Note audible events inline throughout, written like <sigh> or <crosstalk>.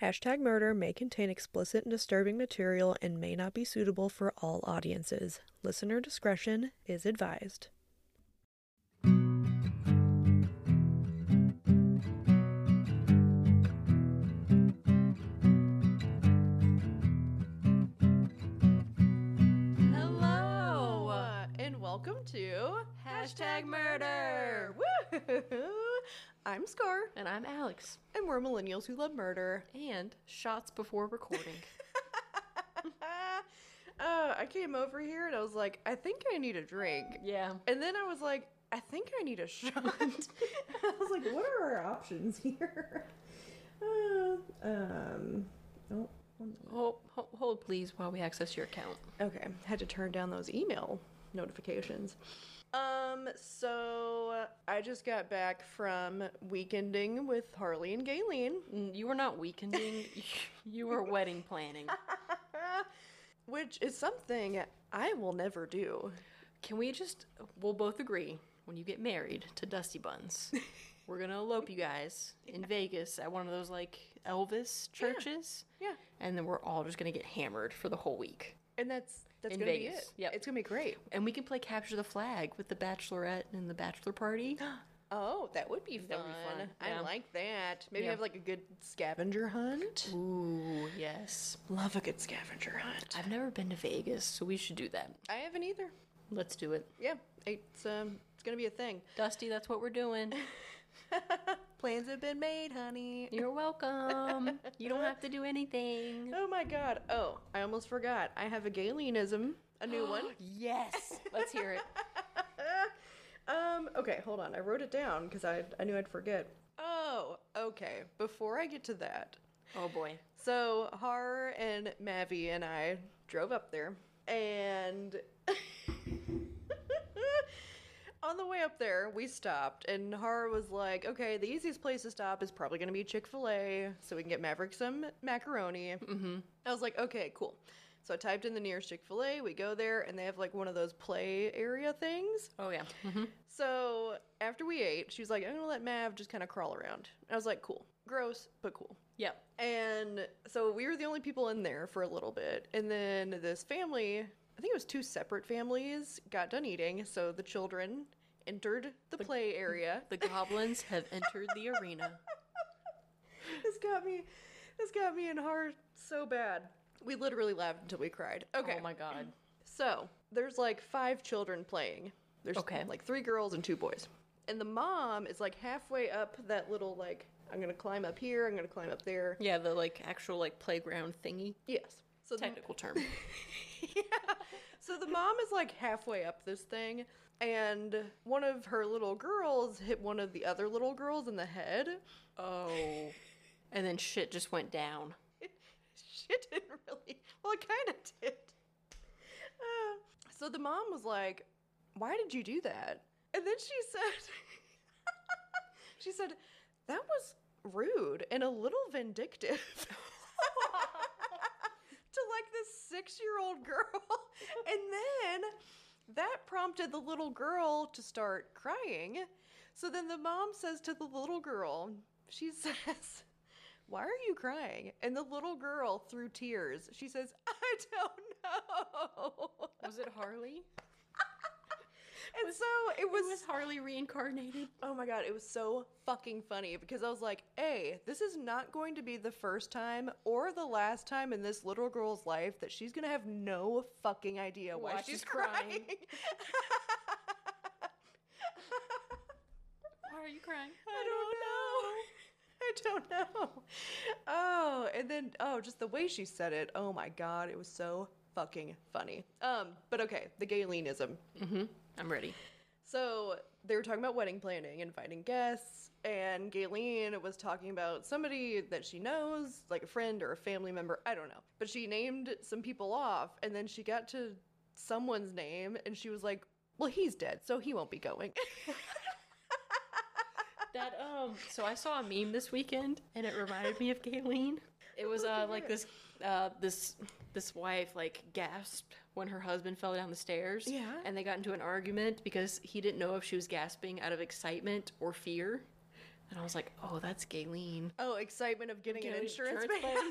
Hashtag Murder may contain explicit and disturbing material and may not be suitable for all audiences. Listener discretion is advised. Hello Oh, uh, and welcome to Hashtag Murder. Woo! <laughs> I'm Scar, And I'm Alex. and we're millennials who love murder. <laughs> And shots before recording. uh, I came over here and I was like, I think I need a drink, <laughs> yeah. and then I was like, I think I need a <laughs> shot. I was like, what are our options here? <laughs> Uh, um, oh, one- Hold, hold, please, while we access your account. Okay, had to turn down those email notifications. Um, so I just got back from weekending with Harley and Galen, Mm, You were not <laughs> weekending, you were wedding planning. which is something I will never do. Can we just, we'll both agree when you get married to Dusty Buns, <laughs> we're going to elope you guys in Vegas at one of those like Elvis churches. Yeah, And then we're all just going to get hammered for the whole week. and that's that's In gonna be Vegas, it. yep. it's gonna be great. And we can play Capture the Flag with the Bachelorette and the Bachelor <gasps> Party. Oh, that would be fun. That would be fun, I yeah. like that. Maybe Yeah. have like a good scavenger hunt. Ooh, yes. Love a good scavenger hunt. I've never been to Vegas, so we should do that. I haven't either. Let's do it. Yeah, it's um, it's gonna be a thing. Dusty, that's what we're <laughs> doing. <laughs> Plans have been made, honey. You're welcome. You don't have to do anything. Oh my god. Oh, I almost forgot. I have a Galenism, a new <gasps> one. Yes. Let's hear it. Um, okay, hold on. I wrote it down because I, I knew I'd forget. Oh, okay. Before I get to that, Oh boy. so Har and Mavi and I drove up there, and <laughs> on the way up there, we stopped, and Har was like, "Okay, the easiest place to stop is probably going to be Chick Fil A, so we can get Maverick some macaroni." Mm-hmm. I was like, "Okay, cool." So I typed in the nearest Chick Fil A. We go there, and they have like one of those play area things. Oh yeah. Mhm. So after we ate, she was like, I'm gonna let Mav just kind of crawl around. I was like, cool. Gross, but cool. Yep. And so we were the only people in there for a little bit. And then this family, I think it was two separate families, got done eating. So the children entered the play area. <laughs> The goblins have entered the <laughs> arena. this got me, this got me in heart so bad. We literally laughed until we cried. Okay. Oh my god. So there's like five children playing. There's Okay. like three girls and two boys. And the mom is like halfway up that little like I'm gonna climb up here, I'm gonna climb up there. Yeah, the like actual like playground thingy. Yes. So the, Technical <laughs> term. <laughs> so the mom is like halfway up this thing, and one of her little girls hit one of the other little girls in the head. <laughs> Oh. And then shit just went down. Shit didn't really. Well, it kind of did. Uh, so the mom was like, Why did you do that? And then she said, <laughs> She said, That was rude and a little vindictive. <laughs> to like this six year old girl. <laughs> And then that prompted the little girl to start crying. So then the mom says to the little girl, She <laughs> says, why are you crying? And the little girl, through tears, she says, I don't know. <laughs> Was it Harley? And so it was, Was Harley reincarnated? oh my God, it was so fucking funny because I was like, A, this is not going to be the first time or the last time in this little girl's life that she's going to have no fucking idea why, Why she's, she's crying. <laughs> crying. Why are you crying? I don't know. I don't know. Oh, and then oh, just the way she said it. Oh my god, it was so fucking funny. Um, but okay, the Galenism. Mm-hmm. I'm ready. So they were talking about wedding planning, inviting guests, and Galen was talking about somebody that she knows, like a friend or a family member. I don't know, but she named some people off, and then she got to someone's name, and she was like, "Well, he's dead, so he won't be going." <laughs> That um, so I saw a meme this weekend, and it reminded me of Galen. It was uh like this uh this this wife like gasped when her husband fell down the stairs. Yeah. and they got into an argument because he didn't know if she was gasping out of excitement or fear. And I was like, oh, that's Galen. Oh, excitement of getting an Getting insurance insurance plan. <laughs> plan.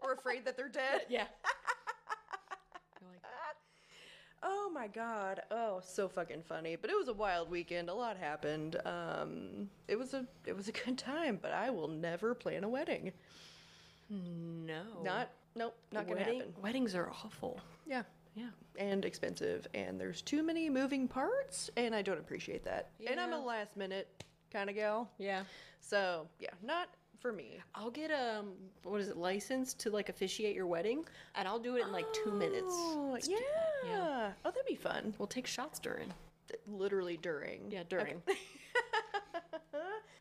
or afraid that they're dead. <laughs> Yeah. You're like, <laughs> Oh my god. Oh, so fucking funny. But it was a wild weekend. A lot happened. Um, it was a it was a good time. But I will never plan a wedding. no. Not nope. Not gonna Wedding- happen. Weddings are awful. Yeah. Yeah. And expensive. And there's too many moving parts. And I don't appreciate that. And I'm a Yeah. last minute kind of gal. Yeah. So yeah, not for me. I'll get um what is it licensed to like officiate your wedding, and I'll do it in like two minutes. Oh, Let's do yeah. that. yeah. Oh, that'd be fun. We'll take shots during. Th- Literally during. Yeah, during.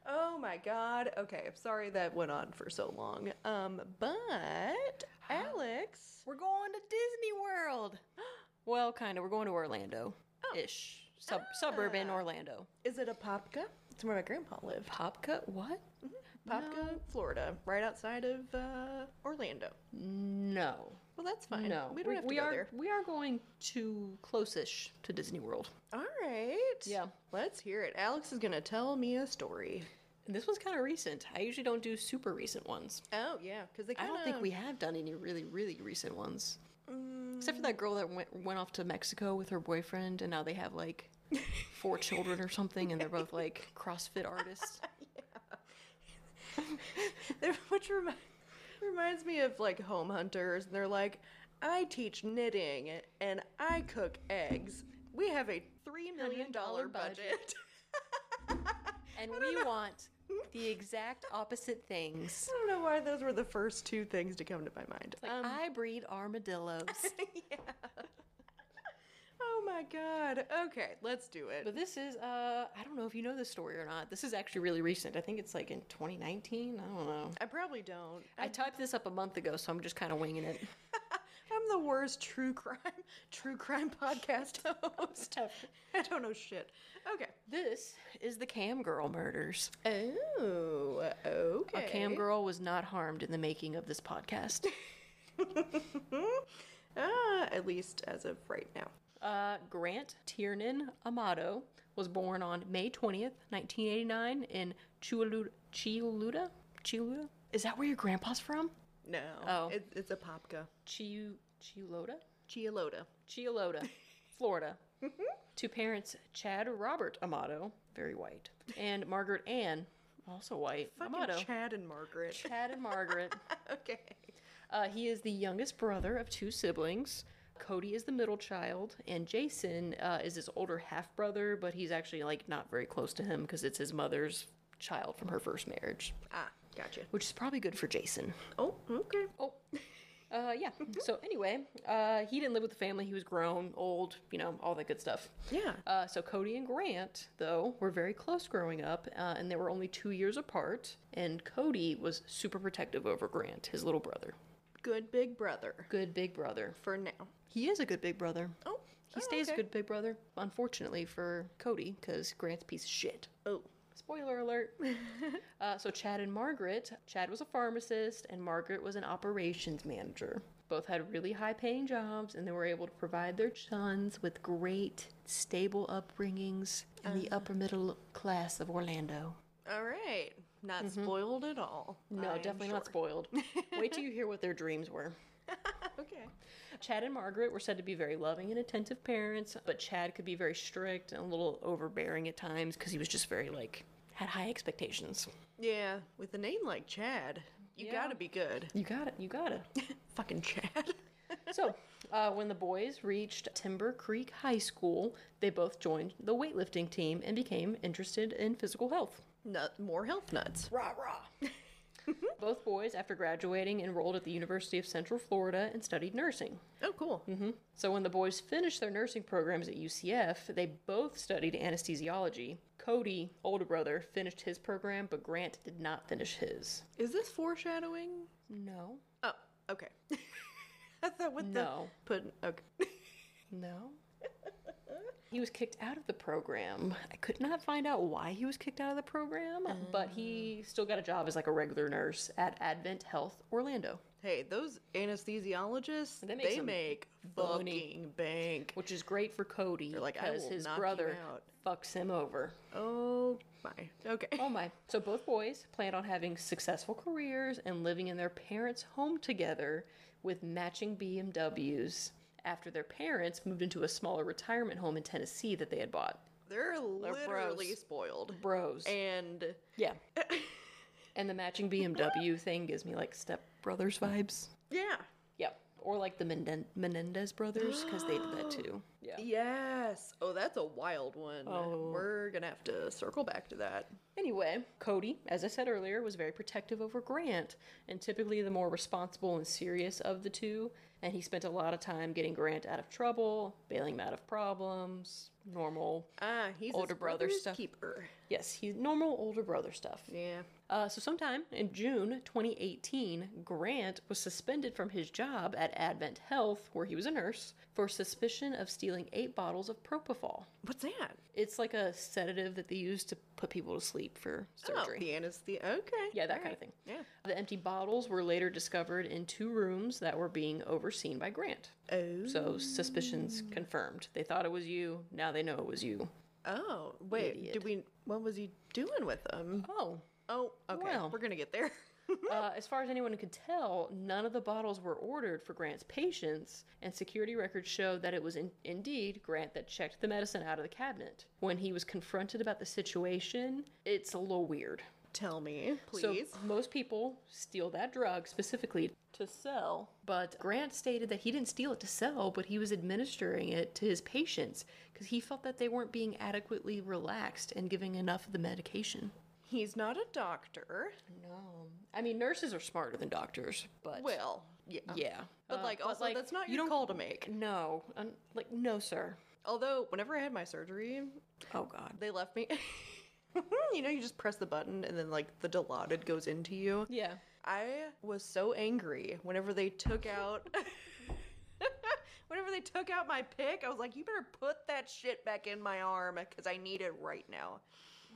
oh my god. Okay, I'm sorry that went on for so long. Um, but Alex, <laughs> We're going to Disney World. <gasps> Oh. well, kind of. We're going to Orlando, ish. Sub- Suburban Ah. Orlando. is it a popka? It's where my grandpa lived. Popka? What? Popka, Florida, right outside of uh, Orlando. No. Well, that's fine. No. we don't have to go are, there. We are going to close-ish to Disney World. All right. Yeah. Let's hear it. Alex is gonna tell me a story. And this one's kind of recent. I usually don't do super recent ones. Oh yeah, because they. I Kinda, don't <laughs> think we have done any really, really recent ones. Except for that girl that went went off to Mexico with her boyfriend, and now they have like four children or something, and they're both like <laughs> CrossFit artists. which remi- reminds me of like home hunters and they're like i teach knitting and i cook eggs we have a three million dollar budget <laughs> And we want the exact opposite things. i don't know why those were the first two things to come to my mind Like, Um, I breed <laughs> armadillos. oh my god okay let's do it But this is, uh, I don't know if you know this story or not. This is actually really recent. I think it's like in 2019. I don't know. i probably don't I typed this up a month ago, so I'm just kind of winging it. <laughs> i'm the worst true crime true crime <laughs> podcast host i don't know shit okay This is the cam girl murders. oh okay A cam girl was not harmed in the making of this podcast. <laughs> Hmm? ah, at least as of right now. Uh, Grant Tiernan Amato was born on May 20th, 1989, in Chiuluda. Chiuluda? Chiuluda? Is that where your grandpa's from? No. Oh. It, it's a popka. Chiu, Chiuloda? Chiolota. Chiuloda, Florida. to parents Chad Robert Amato, very white, and Margaret Ann, also white, Amato. Chad and Margaret. <laughs> Chad and Margaret. okay. Uh, he is the youngest brother of two siblings. Cody is the middle child, and Jason uh, is his older half brother, but he's actually like not very close to him because it's his mother's child from her first marriage, Ah, gotcha. which is probably good for Jason. Oh, okay. Oh, uh, yeah. so anyway, uh, he didn't live with the family. He was grown, old, you know, all that good stuff. Yeah. Uh, so Cody and Grant, though, were very close growing up, uh, and they were only two years apart. And Cody was super protective over Grant, his little brother. Good big brother Good big brother. for now. He is a good big brother. Oh. oh, He stays okay. a good big brother, unfortunately for Cody, because Grant's a piece of shit. Oh. <laughs> Spoiler alert. uh, so, Chad and Margaret. Chad was a pharmacist, and Margaret was an operations manager. Both had really high paying jobs, and they were able to provide their sons with great, stable upbringings in Uh-huh. the upper middle class of Orlando. All right. Not spoiled at all. No, I'm definitely not sure. spoiled. <laughs> Wait till you hear what their dreams were. Okay. Chad and Margaret were said to be very loving and attentive parents, but Chad could be very strict and a little overbearing at times because he was just very like had high expectations. Yeah. With a name like Chad, you Yeah. gotta be good. You got it. You got it. Fucking Chad. so, uh, when the boys reached Timber Creek High School, they both joined the weightlifting team and became interested in physical health. <laughs> Nut, more health nuts. Rah rah. <laughs> both boys, after graduating, enrolled at the University of Central Florida and studied nursing. Oh, cool. Mm-hmm. So when the boys finished their nursing programs at UCF, they both studied anesthesiology. Cody, older brother, finished his program, but Grant did not finish his. Is this foreshadowing? No. Oh, <laughs> okay. I thought what the No. put okay. No. <laughs> He was kicked out of the program. I could not find out why he was kicked out of the program, but Mm. he still got a job as like a regular nurse at Advent Health Orlando, Hey, those anesthesiologists, They make they some make money. fucking bank. which is great for Cody They're like, "I because will his knock you brother out." fucks him over. Oh my. Okay. Oh my. So both boys planned on having successful careers and living in their parents' home together with matching BMWs after their parents moved into a smaller retirement home in Tennessee that they had bought. They're literally bros. spoiled. Bros. And yeah. <laughs> and the matching BMW thing gives me like stepbrothers vibes. yeah. Yep. Or like the Menden- Menendez brothers because they did <gasps> that too. Yeah. Yes. Oh, that's a wild one. Oh. We're going to have to circle back to that. Anyway, Cody, as I said earlier, was very protective over Grant and typically the more responsible and serious of the two. And he spent a lot of time getting Grant out of trouble, bailing him out of problems, normal. Ah, he's Older his brother brother's stuff. keeper. Yes, he's normal older brother stuff. Yeah. Uh, so, sometime in June 2018, Grant was suspended from his job at Advent Health, where he was a nurse, for suspicion of stealing eight bottles of propofol. What's that? It's like a sedative that they use to put people to sleep for surgery. Oh, the anesthesia. Okay. Yeah, that All kind of thing. Yeah. The empty bottles were later discovered in two rooms that were being overseen by Grant. Oh. So suspicions Mm. confirmed. They thought it was you. Now they know it was you. Oh, wait. Idiot. Did we? What was he doing with them? Oh. Oh, okay. Well. We're gonna get there. <laughs> Uh, as far as anyone could tell, none of the bottles were ordered for Grant's patients, and security records showed that it was in- indeed Grant that checked the medicine out of the cabinet. When he was confronted about the situation, it's a little weird. Tell me, So please. most people steal that drug specifically to sell, but Grant stated that he didn't steal it to sell, but he was administering it to his patients because he felt that they weren't being adequately relaxed and giving enough of the medication. He's not a doctor. No, I mean nurses are smarter than doctors, but Well, yeah. yeah, But Uh, like, also, like, that's not you your don't- call to make. No, un- like no, sir. Although, whenever I had my surgery, Oh God. they left me. <laughs> you know, you just press the button, and then like the dilaudid goes into you. Yeah. I was so angry whenever they took out. <laughs> whenever they took out my pick, I was like, "You better put that shit back in my arm because I need it right now."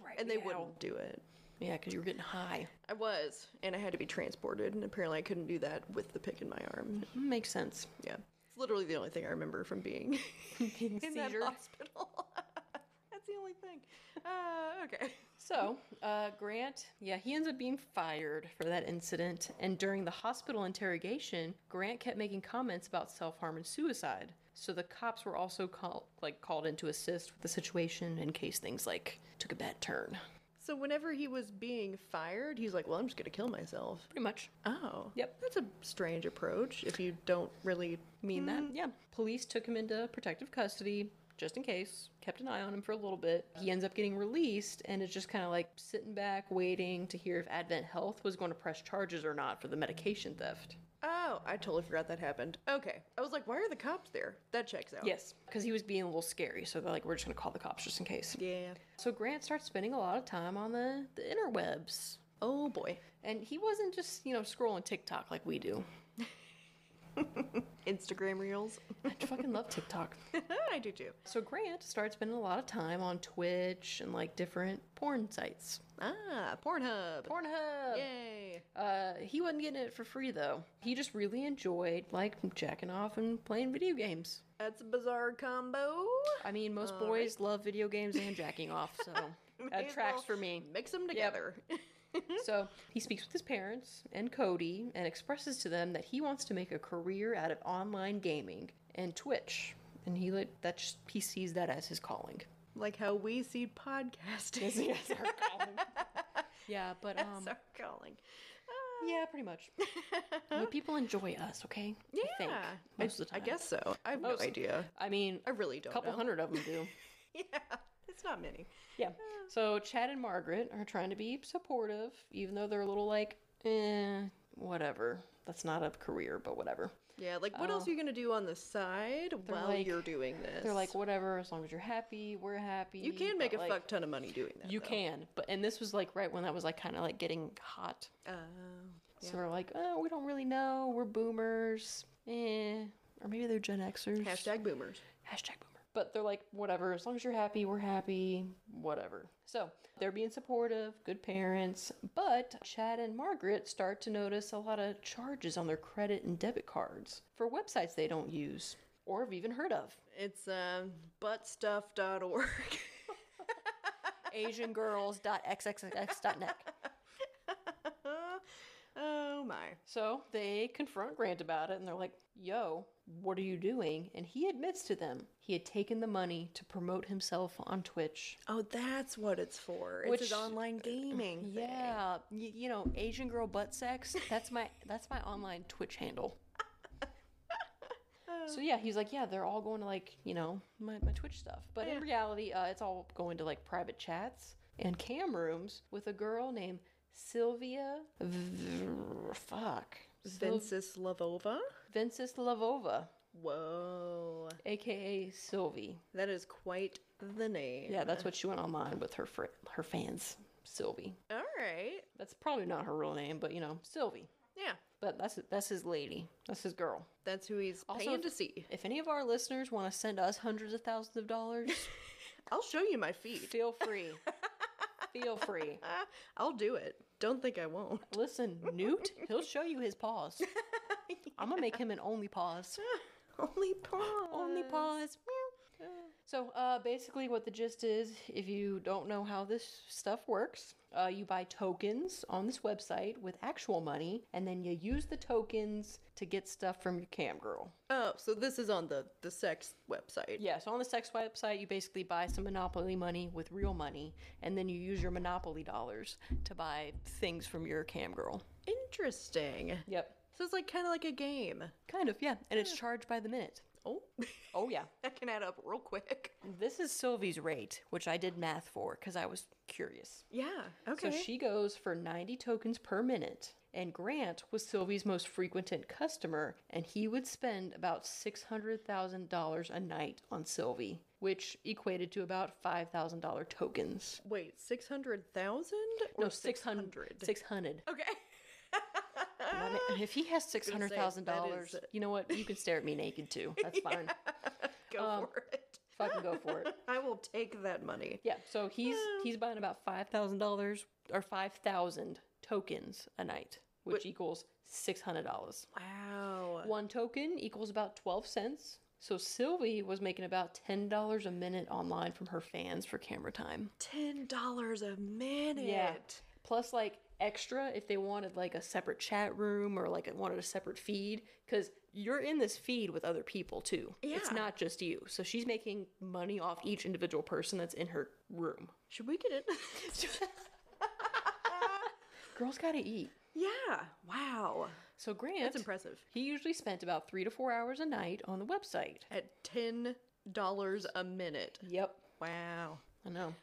Right. And they now. wouldn't do it. Yeah, because you were getting high. I was, and I had to be transported, and apparently I couldn't do that with the pick in my arm. <laughs> Makes <laughs> sense. Yeah. It's literally the only thing I remember from being <laughs> Being in that seizure. hospital. <laughs> That's the only thing. Uh, okay. So, uh, Grant, yeah, he ends up being fired for that incident. And during the hospital interrogation, Grant kept making comments about self harm and suicide. So the cops were also call, like called in to assist with the situation in case things like took a bad turn. So whenever he was being fired, he's like, "Well, I'm just gonna kill myself." Pretty much. Oh, Yep. That's a strange approach. If you don't really Mean that? Yeah. Police took him into protective custody just in case, kept an eye on him for a little bit. He ends up getting released and is just kind of like sitting back waiting to hear if Advent Health was going to press charges or not for the medication theft. Oh, I totally forgot that happened. Okay. I was like, why are the cops there? That checks out. Yes, because he was being a little scary, so they're like, we're just gonna call the cops just in case. Yeah. So Grant starts spending a lot of time on the, the interwebs. Oh boy. And he wasn't just, you know, scrolling TikTok like we do. Instagram reels. I fucking love TikTok. <laughs> I do too. So Grant starts spending a lot of time on Twitch and like different porn sites. Ah, Pornhub. Pornhub! Yay. Uh, he wasn't getting it for free though. He just really enjoyed like jacking off and playing video games. That's a bizarre combo. I mean, most boys love video <laughs> games and jacking off, so May that as tracks well <laughs> for me. Mix them together. So he speaks with his parents and Cody and expresses to them that he wants to make a career out of online gaming and Twitch. And he like that just, he sees that as <laughs> his calling. like how we see podcasting. <laughs> <laughs> yeah, but um, That's our calling. Ah, <laughs> yeah, pretty much. You know, people enjoy us, okay? yeah. I think I, most of the I time. guess Oh, so. I have Most- no idea. I mean, I really a don't couple know. <laughs> hundred of them do. Yeah. It's not many. Yeah. So Chad and Margaret are trying to be supportive, even though they're a little like, eh, whatever. That's not a career, but whatever. Yeah, like what else are you gonna do on the side while Oh. like- you're doing this? They're like, whatever, as long as you're happy, we're happy. you can make a but, like, fuck ton of money doing that. You though. can, but and this was like right when that was like kind of like getting hot. Oh. So we're like, oh, we don't really know. We're boomers, eh, or maybe they're Gen Xers. Hashtag boomers. Hashtag boomer. But they're like, whatever, as long as you're happy, we're happy, whatever. So they're being supportive, good parents. But Chad and Margaret start to notice a lot of charges on their credit and debit cards for websites they don't use or have even heard of. It's um, buttstuff.org. AsianGirls.xxx.net. <laughs> oh my. So they confront Grant about it and they're like, yo, what are you doing? And he admits to them he had taken the money to promote himself on Twitch. Oh, that's what it's for. Which- it's an online gaming. thing. Yeah, y- you know, Asian girl butt sex. That's my that's my online Twitch handle. So yeah, he's like, yeah, they're all going to like, you know, my, my Twitch stuff. But in reality, uh, it's all going to like private chats and cam rooms with a girl named Sylvia. V- fuck, Syl- Venceslavova? Venceslavova, Whoa. aka Sylvie. That is quite the name. Yeah, that's what she went online with her fr- her fans, Sylvie. All right. That's probably not her real name, but you know, Sylvie. Yeah. But that's that's his lady. That's his girl. That's who he's Also, paying if- to see. If any of our listeners want to send us hundreds of thousands of dollars, I'll show you my feet. feel free. feel free. Ah, I'll do it. Don't think I won't. Listen, Newt, he'll show you his paws. I'm gonna make him an only paws. <laughs> Only paw. Only paws. Meow. So, uh, basically, what the gist is, if you don't know how this stuff works, uh, you buy tokens on this website with actual money, and then you use the tokens to get stuff from your cam girl. Oh, so this is on the the sex website. Yeah, so on the sex website, you basically buy some Monopoly money with real money, and then you use your Monopoly dollars to buy things from your cam girl. Interesting. Yep. So it's like kind of like a game. Kind of, yeah. And it's charged by the minute. Oh, <laughs> Oh, yeah. that can add up real quick. This is Sylvie's rate, which I did math for because I was curious. Yeah. Okay. So she goes for 90 tokens per minute. And Grant was Sylvie's most frequented customer, and he would spend about $600,000 a night on Sylvie, which equated to about $5,000 tokens. Wait, six hundred thousand? No, 600. 600. Okay. My man- if he has six gonna hundred say, thousand that dollars, is- you know what? You can stare at me <laughs> naked too. That's fine. Go Um, for it. <laughs> Fucking go for it. I will take that money. Yeah. So <sighs> he's he's buying about five thousand dollars or five thousand tokens a night, which equals six hundred dollars. Wow. One token equals about twelve cents. So Sylvie was making about ten dollars a minute online from her fans for camera time. Ten dollars a minute. Plus, like extra if they wanted like a separate chat room or like wanted a separate feed because you're in this feed with other people too. It's Yeah. not just you. So she's making money off each individual person that's in her room. Should we get it? <laughs> Girls gotta eat. yeah. Wow. So Grant, That's impressive. he usually spent about three to four hours a night on the website. At ten dollars a minute. Yep. Wow. I know.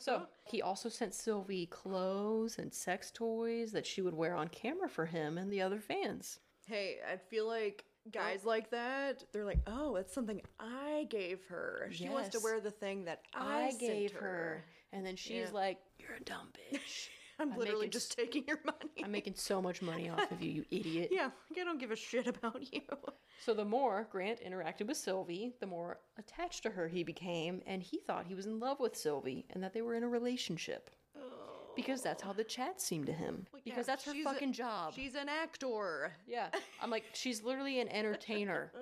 so he also sent Sylvie clothes and sex toys that she would wear on camera for him and the other fans. <laughs> Hey, I feel like guys like that, they're like, oh, that's something I gave her. She wants to Yes. wear the thing that I, I, sent gave her. And then she's Yeah. like, You're a dumb bitch. I'm, I'm literally making just taking your money. <laughs> I'm making so much money off of you, you idiot. <laughs> yeah, like, I don't give a shit about <laughs> you. So the more Grant interacted with Sylvie, the more attached to her he became, and he thought he was in love with Sylvie and that they were in a relationship. Because that's how the chat seemed to him. because that's her she's a- fucking job. She's an actor. Yeah. I'm like, she's literally an <laughs> entertainer.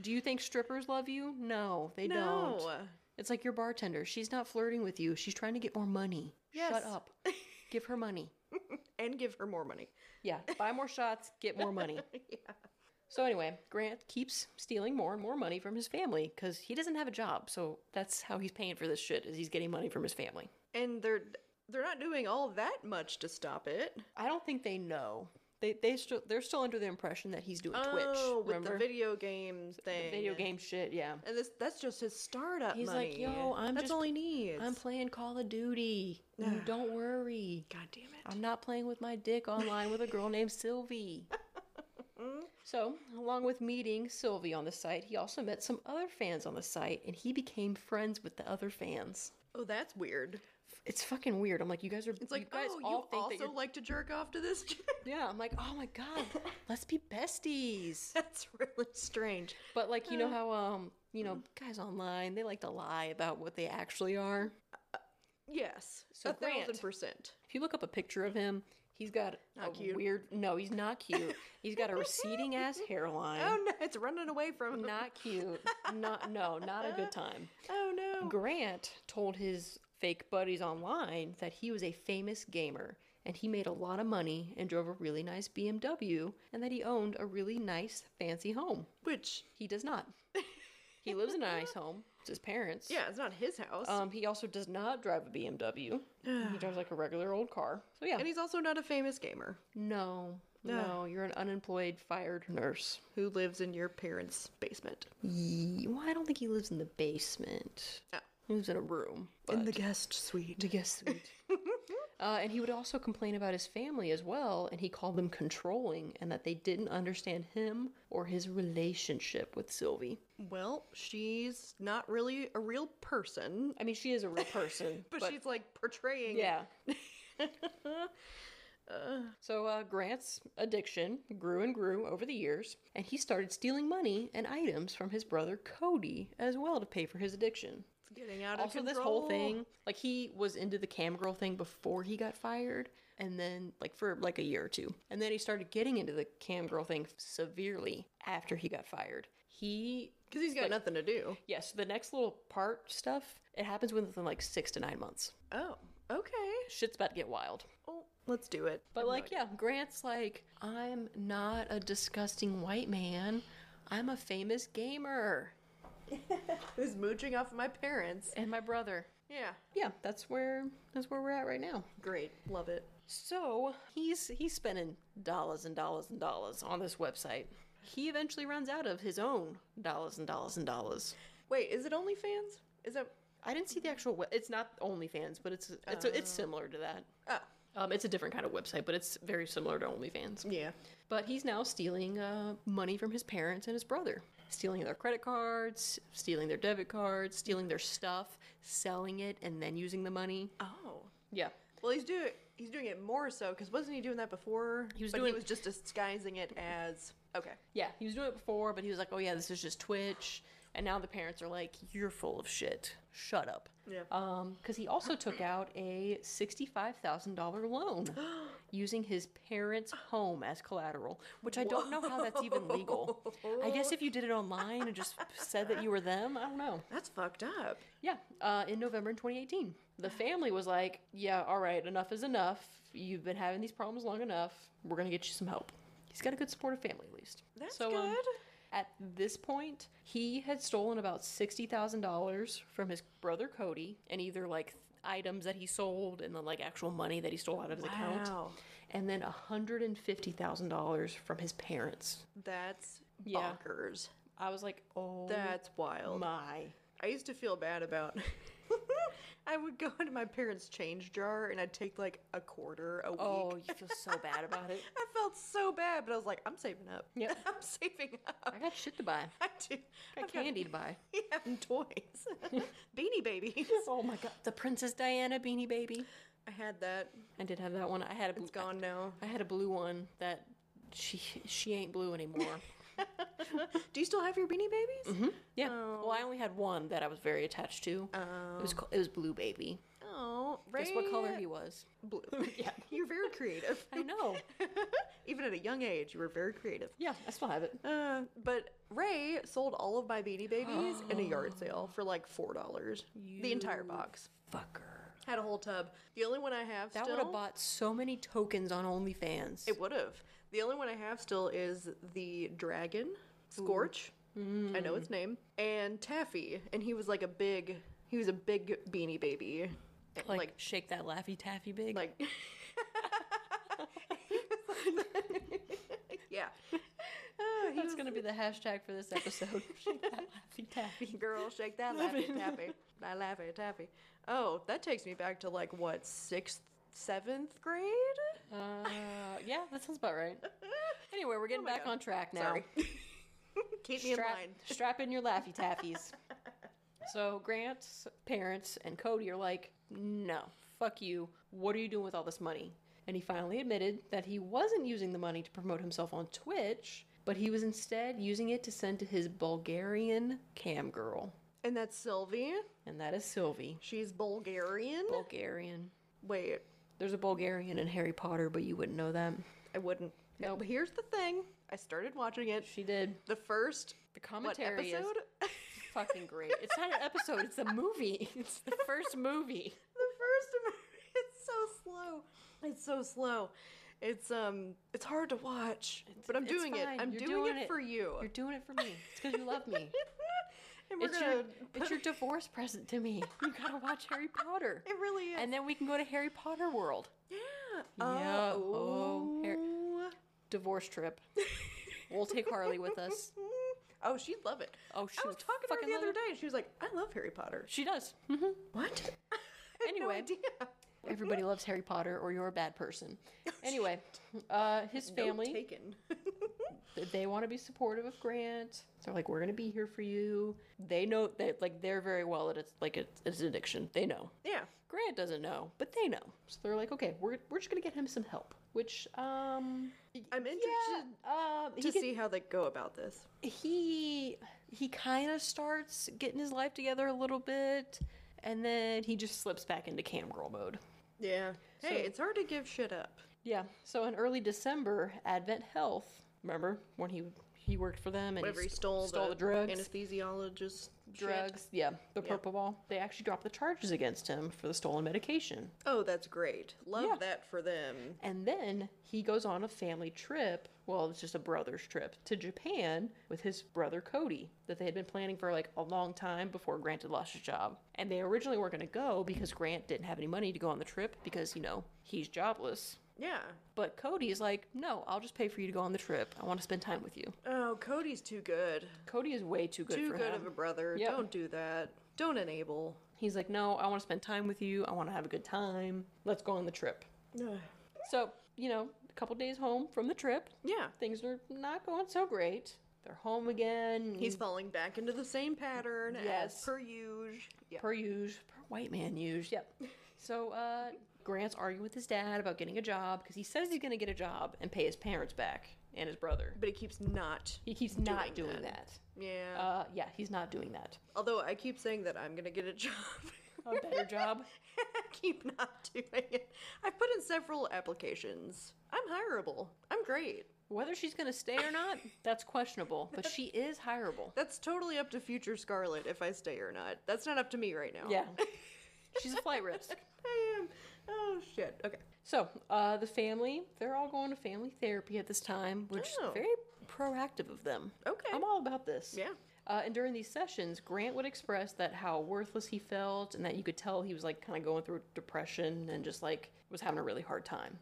Do you think strippers love you? Uh. No, they No. don't. It's like your bartender. She's not flirting with you. She's trying to get more money. Yes. Shut <laughs> up. Give her money. And give her more money. Yeah, buy more shots, get more <laughs> money. So anyway, Grant keeps stealing more and more money from his family because he doesn't have a job. So that's how he's paying for this shit is he's getting money from his family. And they're they're not doing all that much to stop it. I don't think they know. They they still they're still under the impression that he's doing Oh, Twitch. with Remember the video game thing. video game shit. Yeah. And this that's just his startup He's money. like, yo, I'm That's just- all he needs. I'm playing Call of Duty. <sighs> You don't worry. God damn it. I'm not playing with my dick online with a girl <laughs> named Sylvie. so, along with meeting Sylvie on the site, he also met some other fans on the site and he became friends with the other fans. Oh, that's weird. It's fucking weird. I'm like, you guys are. It's like, you guys oh, all you think that also you're. like to jerk off to this? yeah, I'm like, oh my god, let's be <laughs> besties. That's really strange. But like, you know how um, you know, guys online they like to lie about what they actually are. Yes. So a Grant. thousand percent. If you look up a picture of him, he's got Not a cute. weird. No, he's not cute. he's got a <laughs> receding ass hairline. Oh no, it's running away from <laughs> him. Not cute. Not no, not a good time. Oh no. Grant told his fake buddies online that he was a famous gamer and he made a lot of money and drove a really nice BMW and that he owned a really nice fancy home. Which He does not. He lives in a nice home. It's his parents. yeah, it's not his house. Um, he also does not drive a BMW. he drives like a regular old car. So yeah. and he's also not a famous gamer no. No, you're an unemployed fired nurse. who lives in your parents' basement. Ye- Well, I don't think he lives in the basement. Oh. He lives in a room. In but- the guest suite. <laughs> I guess sweet. uh, and he would also complain about his family as well, and he called them controlling and that they didn't understand him or his relationship with Sylvie. Well, she's not really a real person, I mean, she is a real person, <laughs> but, she's like portraying. it. yeah. <laughs> so uh, Grant's addiction grew and grew over the years, and he started stealing money and items from his brother Cody as well to pay for his addiction. It's getting out of also this whole control. thing like he was into the cam girl thing before he got fired and then like for like a year or two and then he started getting into the cam girl thing severely after he got fired he Because he's got like- nothing to do. yes the next little part stuff it happens within like six to nine months Oh, okay. shit's about to get wild Oh, let's do it. but like yeah grant's like i'm not a disgusting white man i'm a famous gamer Who's mooching off my parents? and my brother Yeah, yeah that's where that's where we're at right now great. Love it. So he's he's spending dollars and dollars and dollars on this website. He eventually runs out of his own dollars and dollars and dollars. Wait, is it OnlyFans? Is it? I didn't see the actual. We- it's not OnlyFans, but it's it's it's similar to that. Oh, Um, it's a different kind of website, but it's very similar to OnlyFans. yeah. But he's now stealing uh, money from his parents and his brother, stealing their credit cards, stealing their debit cards, stealing their stuff, selling it, and then using the money. Oh. Yeah, Well, he's doing he's doing it more so because wasn't he doing that before? He was but doing- he was just disguising it as okay. Yeah, he was doing it before, but he was like, "Oh yeah, this is just Twitch." And now the parents are like, "You're full of shit. Shut up." Yeah. Um, because he also took out a sixty-five thousand dollar loan using his parents' home as collateral, which I don't know how that's even legal. I guess if you did it online and just said that you were them, I don't know. That's fucked up. Yeah, uh, in November in 2018, the family was like, "Yeah, all right, enough is enough. You've been having these problems long enough. We're gonna get you some help." He's got a good supportive family, at least. That's So, um, good. at this point, he had stolen about sixty thousand dollars from his brother Cody, and either like th- items that he sold and then like actual money that he stole out of his account, Wow. and then hundred and fifty thousand dollars from his parents. That's Yeah. bonkers. I was like, oh That's wild. my. I used to feel bad about. <laughs> I would go into my parents' change jar and I'd take like a quarter a week. Oh, you feel so bad about it. I felt so bad, but I was like, I'm saving up. Yeah. <laughs> I'm saving up. <laughs> I got shit to buy. <laughs> I do. I got I've got- candy to buy. <laughs> Yeah, and toys. <laughs> <laughs> Beanie Babies. Oh my god, the Princess Diana beanie baby. I had that. I did have that one. I had a blue. It's gone now. I had a blue one that she she ain't blue <laughs> anymore. Do you still have your Beanie Babies? Yeah. Well, I only had one that I was very attached to. It was ca- it was Blue Baby. Oh, right. Oh. Guess what color he was? <laughs> <laughs> Blue. yeah. You're very creative. I know. Even at a young age, you were very creative. <laughs> yeah, I still have it. Uh, but Ray sold all of my Beanie Babies in a <gasps> yard sale for like four dollars. The entire box Fucker. had a whole tub. The only one I have That still would have bought so many tokens on OnlyFans. it would have. The only one I have still is the dragon Scorch. I know its name and Taffy, and he was like a big. He was a big Beanie Baby. like, shake that laffy taffy big. like <laughs> yeah Ah, he <laughs> that's was- gonna be the hashtag for <laughs> this episode. shake that laffy taffy. girl shake that laffy taffy that laffy taffy oh that takes me back to like what sixth seventh grade Uh, yeah, that sounds about <laughs> right. Anyway, we're getting back God. on track now. sorry <laughs> keep me in <laughs> strap, mind strap in your Laffy Taffies. so Grant's parents and Cody are like, no, fuck you. What are you doing with all this money? And he finally admitted that he wasn't using the money to promote himself on Twitch, but he was instead using it to send to his Bulgarian cam girl. And that's Sylvie. And that is Sylvie. She's Bulgarian. Bulgarian. Wait, There's a Bulgarian in Harry Potter, but you wouldn't know that. I wouldn't. No, Nope. but here's the thing. I started watching it. She did. The first The what commentary is episode? <laughs> the fucking great. It's not an episode, it's a movie. <laughs> It's the first movie. first episode- <laughs> it's so slow. It's so slow. It's um it's hard to watch. but I'm it's doing it. fine. I'm You're doing, doing it, it. for you. <laughs> You're doing it for me. It's because you love me. and <laughs> we're It's gonna your, it's your divorce present to me. You gotta watch Harry Potter. <laughs> it really is <laughs> And then we can go to Harry Potter World. <gasps> yeah. Yeah, oh, Har- oh. <laughs> Divorce trip. We'll take Harley with us. Oh, she'd love it. Oh, she I was would talking to her fucking the other love day, Mm-hmm. and she was like, "I love Harry Potter." <laughs> She does. hmm What? Anyway. Everybody Mm-hmm. loves Harry Potter, or you're a bad <laughs> person. Oh, Anyway, uh, his family. taken. <laughs> th- they want to be supportive of Grant. So they're like, we're gonna be here for you. They know that like they're very well at it's like it's, it's an addiction. They know. yeah, Grant doesn't know, but they know. So they're like, okay, we're, we're just gonna get him some help. Which um, I'm interested yeah, uh, he to can- see how they go about this. he he kind of starts getting his life together a little bit, and then he just slips back into cam girl mode. Yeah. Hey, So- it's hard to give shit up. Yeah. So in early December, Advent Health. Remember when he he worked for them and Whatever he st- stole, stole the, drugs. anesthesiologist shit. drugs. Yeah, the purple ball. They actually dropped the charges against him for the stolen medication. Oh, that's great. Love Yeah. that for them. And then he goes on a family trip. Well, it's just a brother's trip to Japan with his brother Cody that they had been planning for like a long time before Grant had lost his job. And they originally were going to go because Grant didn't have any money to go on the trip because, you know, he's jobless. Yeah. But Cody's like, no, I'll just pay for you to go on the trip. I want to spend time with you. Oh, Cody's too good. Cody is way too good too for good him. of a brother. Yep. Don't do that. Don't enable. He's like, no, I want to spend time with you. I want to have a good time. Let's go on the trip. Ugh. So, you know, a couple days home from the trip, yeah. things are not going so great. They're home again. He's falling back into the same pattern Mm. Yes. as per usual. Yeah. per use, per white man use. Yep. So, uh, Grant's arguing with his dad about getting a job because he says he's going to get a job and pay his parents back and his brother. But he keeps not. He keeps not Doing doing that. that. Yeah. Uh, yeah, he's not doing that. Although I keep saying that I'm gonna get a job. A better <laughs> job. I <laughs> keep not doing it. I put in several applications. I'm hireable. I'm great. Whether she's going to stay or not, that's questionable, but she is hireable. That's totally up to future Scarlet if I stay or not. That's not up to me right now. Yeah. She's a flight risk. I am. Oh shit. Okay. So, uh, the family, they're all going to family therapy at this time, which Oh. is very proactive of them. Okay. I'm all about this. Yeah. Uh, and during these sessions, Grant would express that how worthless he felt and that you could tell he was like kind of going through depression and just like was having a really hard time.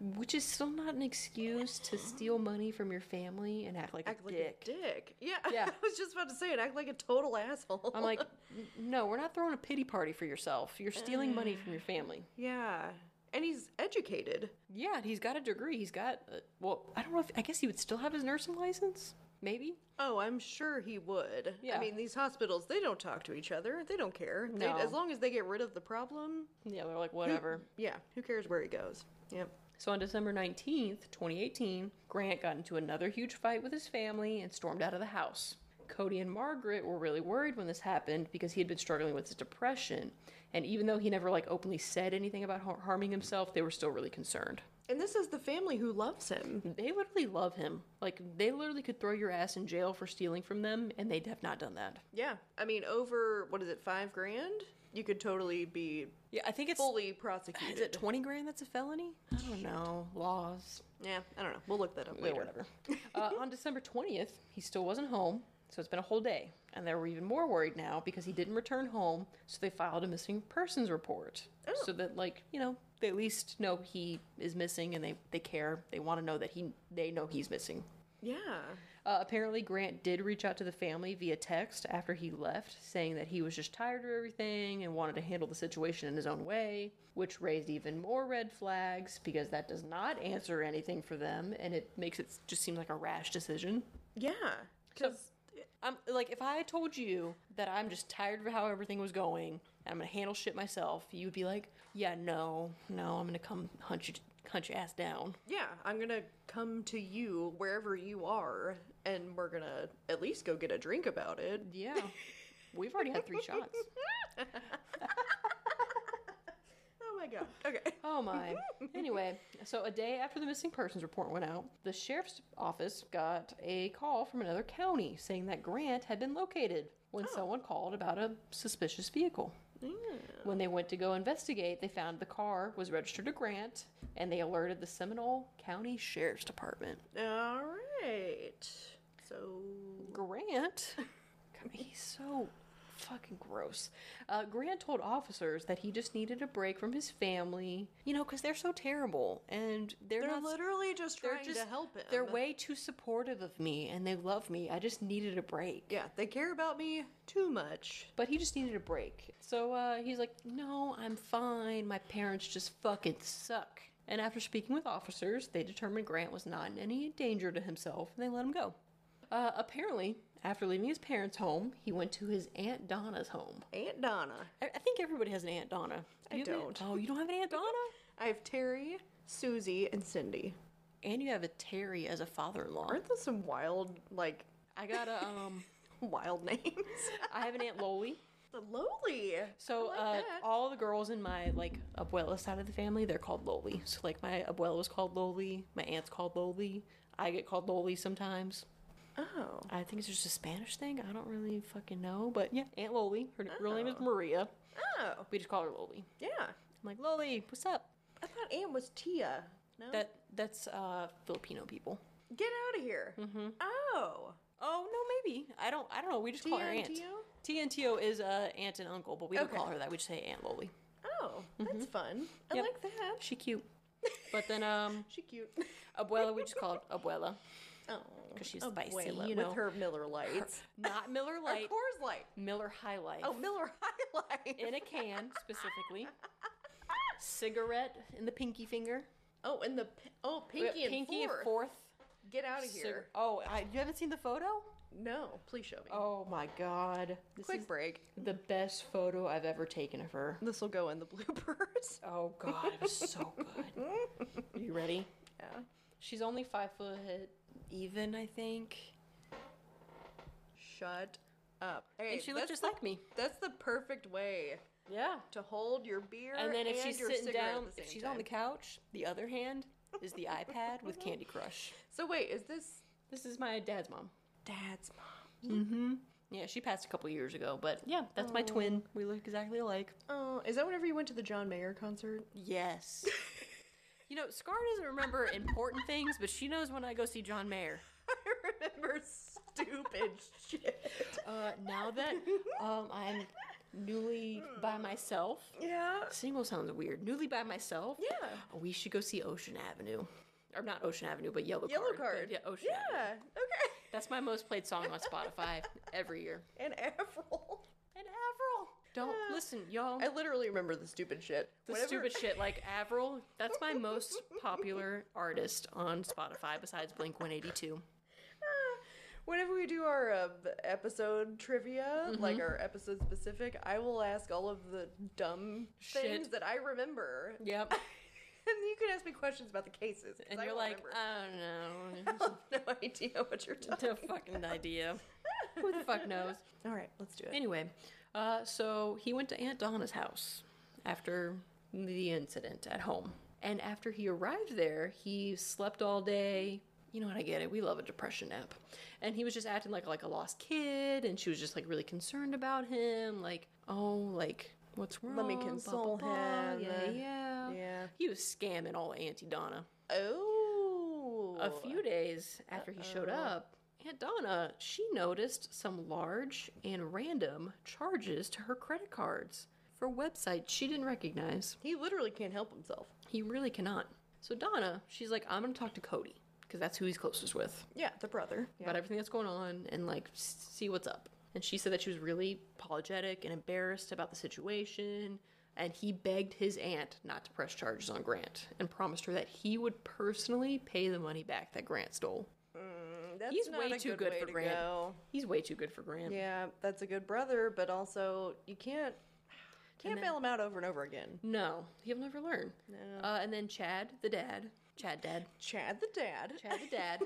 Which is still not an excuse to steal money from your family and act like Act a like dick. a dick. Yeah. <laughs> Yeah. I was just about to say it. Act like a total asshole. I'm like, "N- no, we're not throwing a pity party for yourself. You're stealing money from your Mm. family. <laughs> yeah. And he's educated. Yeah, and he's got a degree. He's got, uh well, I don't know if, I guess he would still have his nursing license? Maybe? Oh, I'm sure he would. I Yeah. mean, these hospitals, they don't talk to each other. They don't care. They, No. as long as they get rid of the problem, Yeah, they're like, whatever. yeah, who cares where he goes? Yep. So on December 19th, 2018, Grant got into another huge fight with his family and stormed out of the house. Cody and Margaret were really worried when this happened because he had been struggling with his depression, and even though he never like openly said anything about har- harming himself, they were still really concerned. And this is the family who loves him. They literally love him. Like they literally could throw your ass in jail for stealing from them and they'd have not done that. Yeah. I mean, over, what is it, five grand? You could totally be Yeah, I think it's fully is prosecuted. it 20 grand that's a felony? I don't know. Laws. yeah, I don't know. We'll look that up later. Yeah, whatever. <laughs> uh, on December 20th, he still wasn't home, so it's been a whole day. And they were even more worried now because he didn't return home, so they filed a missing persons report. So that, like, you know, they at least know he is missing and they, they care. They want to know that he they know he's missing. Yeah. Uh, apparently, Grant did reach out to the family via text after he left, saying that he was just tired of everything and wanted to handle the situation in his own way, which raised even more red flags because that does not answer anything for them and it makes it just seem like a rash decision. Yeah. Because I'm like, if I told you that I'm just tired of how everything was going and I'm gonna handle shit myself, you would be like, yeah, no, no, I'm gonna come hunt you, hunt your ass down. Yeah, I'm gonna come to you wherever you are, and we're gonna at least go get a drink about it. Yeah, <laughs> we've already had three shots. oh my god. <laughs> Okay. Oh my. anyway, so a day after the missing persons report went out, the sheriff's office got a call from another county saying that Grant had been located when someone called about a suspicious vehicle. When they went to go investigate, they found the car was registered to Grant and they alerted the Seminole County Sheriff's Department. All right. So Grant, I mean, he's so fucking gross. Uh, Grant told officers that he just needed a break from his family, you know, because they're so terrible and they're, they're not. literally just they're trying to help him. They're way too supportive of me and they love me. I just needed a break. Yeah, they care about me too much. But he just needed a break. So uh, he's like, no, I'm fine. My parents just fucking suck. And after speaking with officers, they determined Grant was not in any danger to himself and they let him go. Uh, apparently, after leaving his parents' home, he went to his Aunt Donna's home. Aunt Donna. I, I think everybody has an Aunt Donna. I You have an- don't. oh, you don't have an Aunt Donna? I have Terry, Susie, and Cindy. And you have a Terry as a father in law. Aren't those some wild, like, I got a, um, wild <laughs> names? I have an Aunt Loli. the lowly. So I like uh, that. all the girls in my like abuela side of the family, they're called Loli. So like my abuela was called Loli, my aunt's called Loli. I get called Loli sometimes. Oh. I think it's just a Spanish thing. I don't really fucking know, but yeah, Aunt Loli. Her real name is Maria. Oh. We just call her Loli. Yeah. I'm like Loli, what's up? I thought Aunt was Tia. No. That that's uh, Filipino people. Get out of here. Mm-hmm. Oh. Oh no, maybe I don't. I don't know. We just call her Tia and aunt. Tio? Tia and Tio is uh, aunt and uncle, but we don't Okay. call her that. We just say Aunt Loli. Oh. That's fun. I Yep. like that. She cute. But then um, <laughs> She <laughs> cute. abuela, we just call it abuela. Oh. 'Cause she's spicy, you know. With her Miller lights. <laughs> Not Miller Or Light, Coors Light. Miller High Life. <laughs> Oh, Miller High Life. in a can <laughs> specifically. Cigarette in the pinky finger. <laughs> oh, and the p- oh We pinky, got and, pinky fourth. and fourth. Get out of Cig- here. oh, I, you haven't seen the photo? No, please show me. Oh my god. This Quick is break. the best photo I've ever taken of her. This will go in the <laughs> bloopers. Oh god, it was so <laughs> good. Are you ready? Yeah. She's only five foot even, I think. Shut up. Hey, and she looked that's just the- like me. That's the perfect way Yeah. to hold your beer And then if she's your sitting cigarette down, at the if same she's time. on the couch, the other hand is <laughs> the iPad with Candy Crush. So wait, is this This is my dad's mom. dad's mom? Mm-hmm. Yeah, she passed a couple years ago, but yeah, that's my twin. Oh, We look exactly alike. Oh, is that whenever you went to the John Mayer <laughs> concert? Yes. you know, Scar doesn't <laughs> remember important things, but she knows when I go see John Mayer. I remember stupid <laughs> shit. Uh, <laughs> now that um, I'm newly by myself, Yeah. single sounds weird. Newly by myself. Yeah. We should go see Ocean Avenue, or not Ocean Avenue, but Yellow Yellow Card. card. Yeah, oh, Ocean. Avenue. Yeah. Okay. <laughs> That's my most played song on Spotify <laughs> every year. And Avril. And Avril. Don't listen, y'all. I literally remember the stupid shit. The stupid shit like Avril. That's my <laughs> most popular artist on Spotify besides Blink 182. <laughs> Whenever we do our uh, episode trivia, Mm-hmm. like our episode specific, I will ask all of the dumb Shit. things that I remember. <laughs> and <laughs> Yep. you can ask me questions about the cases. 'cause And I you're don't like, uh, remember. I <laughs> I don't have no idea what you're talking <laughs> know. no fucking idea. <laughs> Who the fuck knows? All right, let's do it. Anyway, uh, so he went to Aunt Donna's house after the incident at home. And after he arrived there, he slept all day. You know what? I get it. We love a depression nap. And he was just acting like like a lost kid, and she was just like really concerned about him. Like, oh, like what's wrong? me Blah, blah, console blah. him. Yeah, yeah, Yeah. He was scamming all Auntie Donna. Oh. A few days after he showed up, Aunt Donna, she noticed some large and random charges to her credit cards for websites she didn't recognize. He literally can't help himself. He really cannot. So Donna, she's like, I'm gonna talk to Cody because that's who he's closest with Yeah, the brother. about everything that's going on and like s- see what's up. And she said that she was really apologetic and embarrassed about the situation. And he begged his aunt not to press charges on Grant and promised her that he would personally pay the money back that Grant stole. that's He's not way a too good, good way for to Grant. go. He's way too good for Grant. Yeah, that's a good brother, but also you can't can't then- bail him out over and over again. No, he'll never learn. No. Uh, and then Chad, the dad, Chad, dad, Chad the dad. Chad, the dad. <laughs>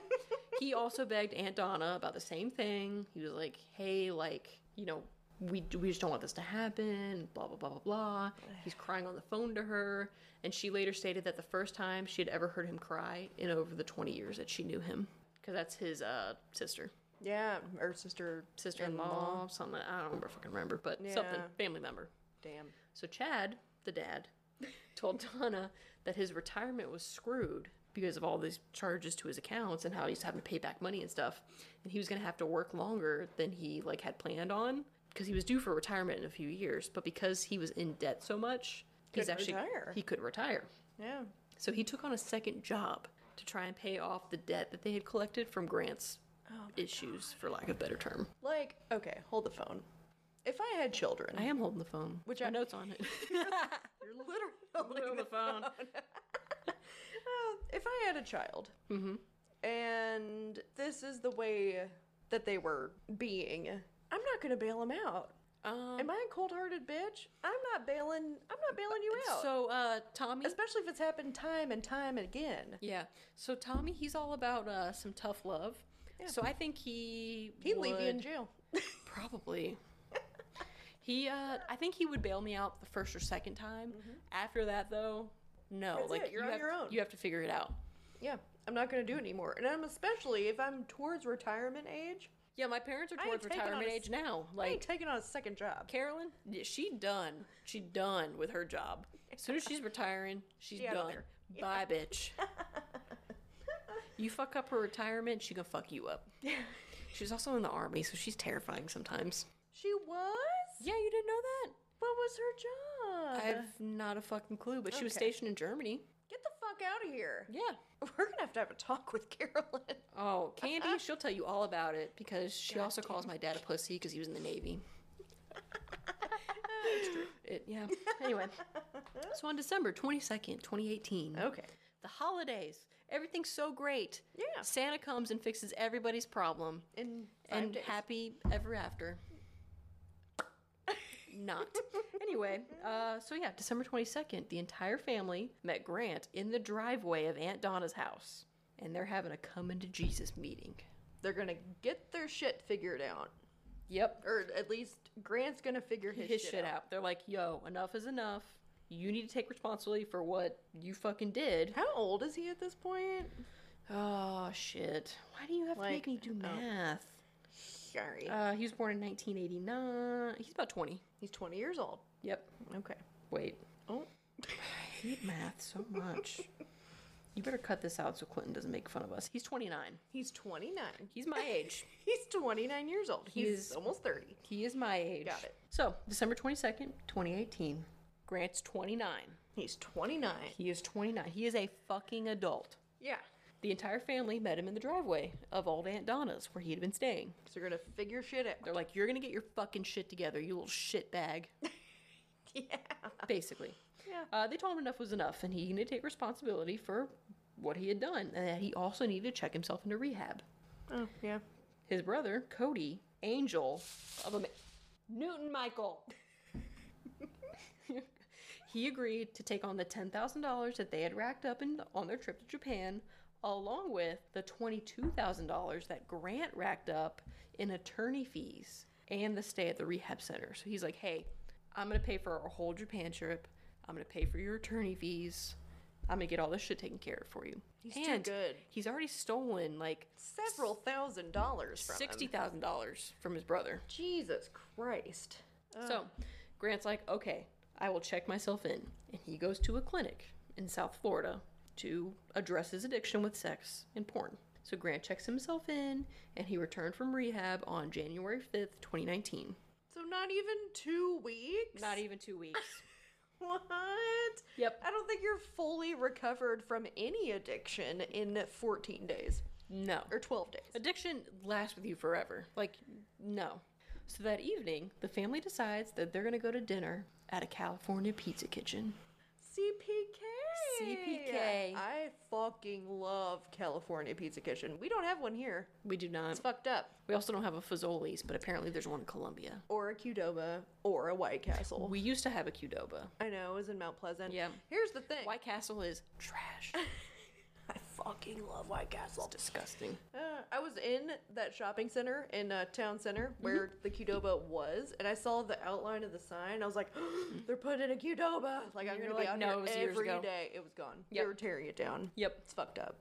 he also begged Aunt Donna about the same thing. He was like, "Hey, like, you know, we we just don't want this to happen." Blah blah blah blah blah. He's crying on the phone to her, and she later stated that the first time she had ever heard him cry in over the twenty years that she knew him, because that's his uh, sister. Yeah, or sister, Sister-in-law, something I don't remember, fucking remember, but something Yeah. family member. Damn. So Chad, the dad, <laughs> told Donna that his retirement was screwed because of all these charges to his accounts and how he's having to pay back money and stuff, and he was going to have to work longer than he like had planned on because he was due for retirement in a few years, but because he was in debt so much, he's Couldn't actually retire. he could retire. Yeah. So he took on a second job to try and pay off the debt that they had collected from Grant's Oh issues, for lack of a better term. Like, okay, hold the phone. If I had children, <laughs> I am holding the phone. Which Which I I- <laughs> notes on it. you're <laughs> literally holding the phone. <laughs> Uh, if I had a child, and this is the way that they were being, I'm not going to bail them out. Um, Am I a cold-hearted bitch? I'm not bailing. I'm not bailing you out. So uh, Tommy, especially if it's happened time and time again. yeah. So Tommy, he's all about uh, some tough love. So I think he He'd leave you in would- jail. <laughs> <laughs> probably. he, uh, I think he would bail me out the first or second time. After that, though, no, Mm-hmm. That's like it, you're you on have, your own. You have to figure it out. yeah, I'm not going to do it anymore. And I'm especially if I'm towards retirement age. Yeah, my parents are ain't towards taking on retirement a age now. I ain't Like taking on a second job. Carolyn, yeah, she done. She done with her job. As soon as she's retiring, she's She outta done. there. Bye, <laughs> bitch. you fuck up her retirement, she gonna fuck you <laughs> up. She's also in the army, so she's terrifying sometimes. She was. Yeah, you didn't know What was her that? job? I have not a fucking clue, but she was Okay. stationed in Germany. Get the fuck out of here. <laughs> Yeah. We're gonna have to have a talk with Carolyn. Oh, Candy, she'll tell you all about it because she also calls my dad a pussy because he was in the <laughs> Navy. It, <laughs> yeah. Anyway, so on December 22nd, 2018, Okay. the holidays, everything's so great. Yeah. Santa comes and fixes everybody's problem. In five and days. happy ever after. Not. anyway, uh, so yeah, December 22nd, the entire family met Grant in the driveway of Aunt Donna's house, and they're having a coming to Jesus meeting. they're gonna get their shit figured out, Yep. or at least Grant's gonna figure his, His, shit, out. They're like, yo, enough is enough. You need to take responsibility for what you <sighs> fucking did. How old is he at this point? Oh, shit. Why do you have Like, to make me do math? Sorry, Uh, he was born in 1989. He's about 20. he's 20 years old. Yep. Okay. Wait. Oh, I hate math so much. you better cut this out so Clinton doesn't make fun of us. He's 29. he's 29. He's <laughs> my age. <laughs> He's 29 years old. He's, He's- almost 30. He is my age. Got it. So, December 22nd, 2018. Grant's 29. He's 29. He is 29. He is a fucking adult. Yeah. The entire family met him in the driveway of old Aunt Donna's where he had been staying. So they're gonna figure shit out. <laughs> They're like, You're gonna get your fucking shit together, you little shit bag. Yeah. basically. Yeah. Uh, they told him enough was enough, and he needed to take responsibility for what he had done, and that he also needed to check himself into rehab. Oh, yeah. His brother, Cody, Angel of Ama- Newton Michael. he agreed to take on the $10,000 that they had racked up in, on their trip to Japan, along with the $22,000 that Grant racked up in attorney fees and the stay at the rehab center. So he's like, hey, I'm going to pay for our whole Japan trip. I'm going to pay for your attorney fees. I'm going to get all this shit taken care of for you. He's too good. He's already stolen like Several thousand dollars from him. sixty thousand dollars from his brother. Jesus Christ. So Grant's like, okay, I will check myself in, and he goes to a clinic in South Florida to address his addiction with sex and porn. So Grant checks himself in, and he returned from rehab on January fifth, twenty nineteen. So not even two weeks. Not even two weeks. What? Yep. I don't think you're fully recovered from any addiction in 14 days <laughs> no. or 12 days. Addiction lasts with you forever. Like, no. So that evening, the family decides that they're gonna go to dinner at a California pizza kitchen. CPK. CPK. I fucking love California Pizza Kitchen. We don't have one here. We do not. It's fucked up. We also don't have a Fazoli's, but apparently there's one in Columbia. Or a Qdoba or a White Castle. We used to have a Qdoba. I know, it was in Mount Pleasant. Yep. Here's the thing. White Castle is trash. <laughs> I fucking love White Castle. Disgusting. Uh, I was in that shopping center in uh, town center Mm-hmm. where the Qdoba was, and I saw the outline of the sign. I was like, <gasps> "They're putting a Qdoba!" Like I'm You're gonna like, be out "No, it here was years every ago." day. It was gone. Yep. They were tearing it down. Yep. It's fucked up.